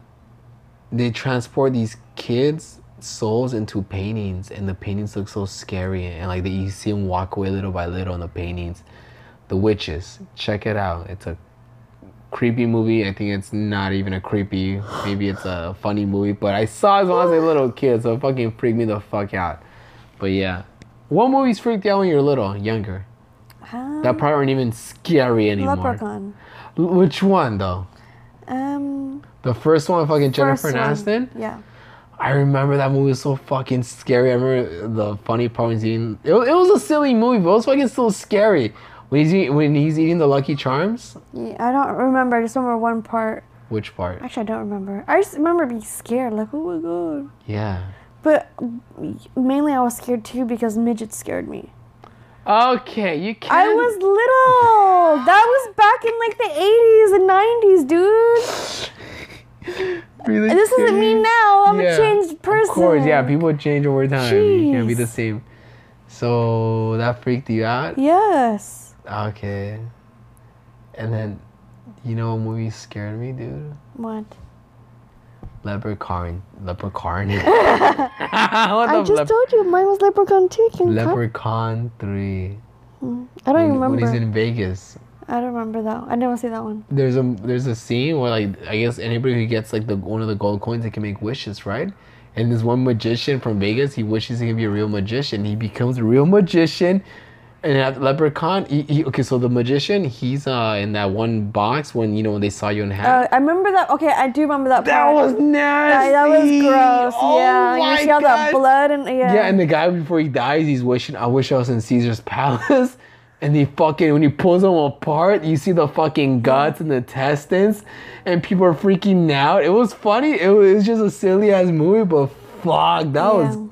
[SPEAKER 2] they transport these kids' souls into paintings, and the paintings look so scary, and like they, you see them walk away little by little in the paintings. The witches, check it out. It's a creepy movie. I think it's not even a creepy. Maybe it's a funny movie. But I saw it when I was a little kid, so it fucking freaked me the fuck out. But yeah, what movies freaked you out when you were little, younger?
[SPEAKER 3] Huh?
[SPEAKER 2] That probably weren't even scary anymore.
[SPEAKER 3] Leprechaun.
[SPEAKER 2] L- Which one though?
[SPEAKER 3] Um,
[SPEAKER 2] The first one, fucking
[SPEAKER 3] first
[SPEAKER 2] Jennifer
[SPEAKER 3] one.
[SPEAKER 2] Aniston.
[SPEAKER 3] Yeah.
[SPEAKER 2] I remember that movie was so fucking scary. I remember the funny part was eating. It, wa- it was a silly movie, but it was fucking still scary. When he's eat, when he's eating the Lucky Charms.
[SPEAKER 3] yeah. I don't remember. I just remember one part.
[SPEAKER 2] Which part?
[SPEAKER 3] Actually, I don't remember. I just remember being scared, like, oh my god.
[SPEAKER 2] Yeah.
[SPEAKER 3] But mainly I was scared too because midgets scared me.
[SPEAKER 2] Okay, you can.
[SPEAKER 3] I was little. That was back in like the 80s and 90s, dude.
[SPEAKER 2] Really
[SPEAKER 3] And this doesn't mean
[SPEAKER 2] kidding?
[SPEAKER 3] now I'm
[SPEAKER 2] Yeah,
[SPEAKER 3] a changed person.
[SPEAKER 2] Of course, yeah. People change over time. You can't be the
[SPEAKER 3] Jeez.
[SPEAKER 2] same. So that freaked you out.
[SPEAKER 3] Yes.
[SPEAKER 2] Okay. And then, you know, what movie scared me, dude?
[SPEAKER 3] What?
[SPEAKER 2] Leprechaun. Leprechaun. what the
[SPEAKER 3] I just
[SPEAKER 2] lep-
[SPEAKER 3] told you mine was Leprechaun 2. King Leper-
[SPEAKER 2] Leprechaun Three.
[SPEAKER 3] I don't
[SPEAKER 2] When-
[SPEAKER 3] remember.
[SPEAKER 2] When he's in Vegas,
[SPEAKER 3] I don't remember that. I never see that one.
[SPEAKER 2] there's a there's a scene where like I guess anybody who gets like the one of the gold coins they can make wishes, right? And this one magician from Vegas, he wishes he could be a real magician. He becomes a real magician, and at Leprechaun, he, he, okay, so the magician, he's uh in that one box when you know when they saw you in half.
[SPEAKER 3] Uh, I remember that. Okay, I do remember that.
[SPEAKER 2] that
[SPEAKER 3] part.
[SPEAKER 2] was nasty.
[SPEAKER 3] That, that was gross.
[SPEAKER 2] Oh
[SPEAKER 3] yeah, you
[SPEAKER 2] my
[SPEAKER 3] see all that
[SPEAKER 2] God.
[SPEAKER 3] blood and yeah.
[SPEAKER 2] Yeah, and the guy before he dies, he's wishing, I wish I was in Caesar's palace. And he fucking, when he pulls them apart, you see the fucking guts and the intestines, and people are freaking out. It was funny. It was, it was just a silly ass movie, but fuck, that
[SPEAKER 3] Yeah.
[SPEAKER 2] was.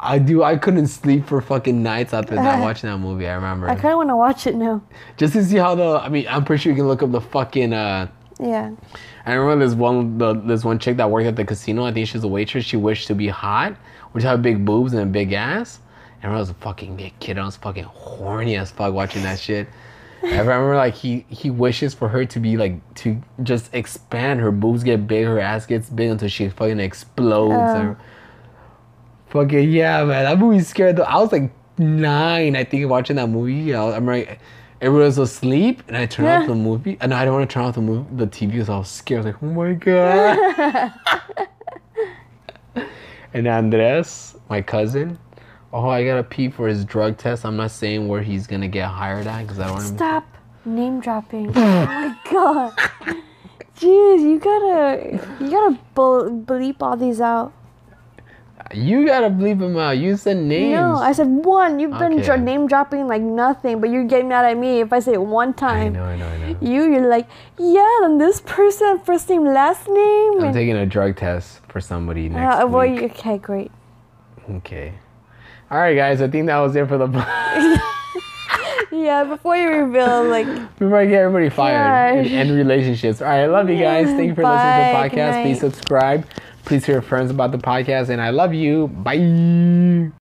[SPEAKER 2] I do. I couldn't sleep for fucking nights after that watching that movie. I remember
[SPEAKER 3] I kind of want to watch it now.
[SPEAKER 2] just to see how the. I mean, I'm pretty sure you can look up the fucking. uh
[SPEAKER 3] Yeah.
[SPEAKER 2] I remember this one the, this one chick that worked at the casino. I think she was a waitress. She wished to be hot, which had big boobs and a big ass. And I was a fucking big kid. I was fucking horny as fuck watching that shit. And I remember like he he wishes for her to be like to just expand. Her boobs get big. Her ass gets big until she fucking explodes. or, fucking yeah, man. That movie scared though. I was like nine, I think, watching that movie. I was, I'm right. Everyone was asleep, and I turned off
[SPEAKER 3] Yeah.
[SPEAKER 2] the movie. And I don't want to turn off the movie, the TV, because I was scared. I was like, oh my god. and Andres, my cousin, oh, I gotta pee for his drug test. I'm not saying where he's gonna get hired at because I don't want to.
[SPEAKER 3] Stop name dropping. oh my god. Jeez, you gotta you gotta bel- bleep all these out.
[SPEAKER 2] You gotta bleep him out. You said names.
[SPEAKER 3] No, I said one. You've been dro-
[SPEAKER 2] Okay.
[SPEAKER 3] name dropping like nothing, but you're getting mad at me if I say it one
[SPEAKER 2] I
[SPEAKER 3] time.
[SPEAKER 2] know, I know, I know.
[SPEAKER 3] You, you're like, yeah, then this person, first name, last name.
[SPEAKER 2] I'm
[SPEAKER 3] and,
[SPEAKER 2] taking a drug test for somebody next
[SPEAKER 3] uh, well,
[SPEAKER 2] week.
[SPEAKER 3] you- okay, great.
[SPEAKER 2] Okay. All right, guys. I think that was it for the.
[SPEAKER 3] Yeah, before you reveal, like,
[SPEAKER 2] Before I get everybody fired and
[SPEAKER 3] Gosh.
[SPEAKER 2] end relationships. All right. I love you guys. Thank you for
[SPEAKER 3] Bye,
[SPEAKER 2] listening to
[SPEAKER 3] good
[SPEAKER 2] the podcast.
[SPEAKER 3] night.
[SPEAKER 2] Please subscribe. Please tell your friends about the podcast. And I love you. Bye.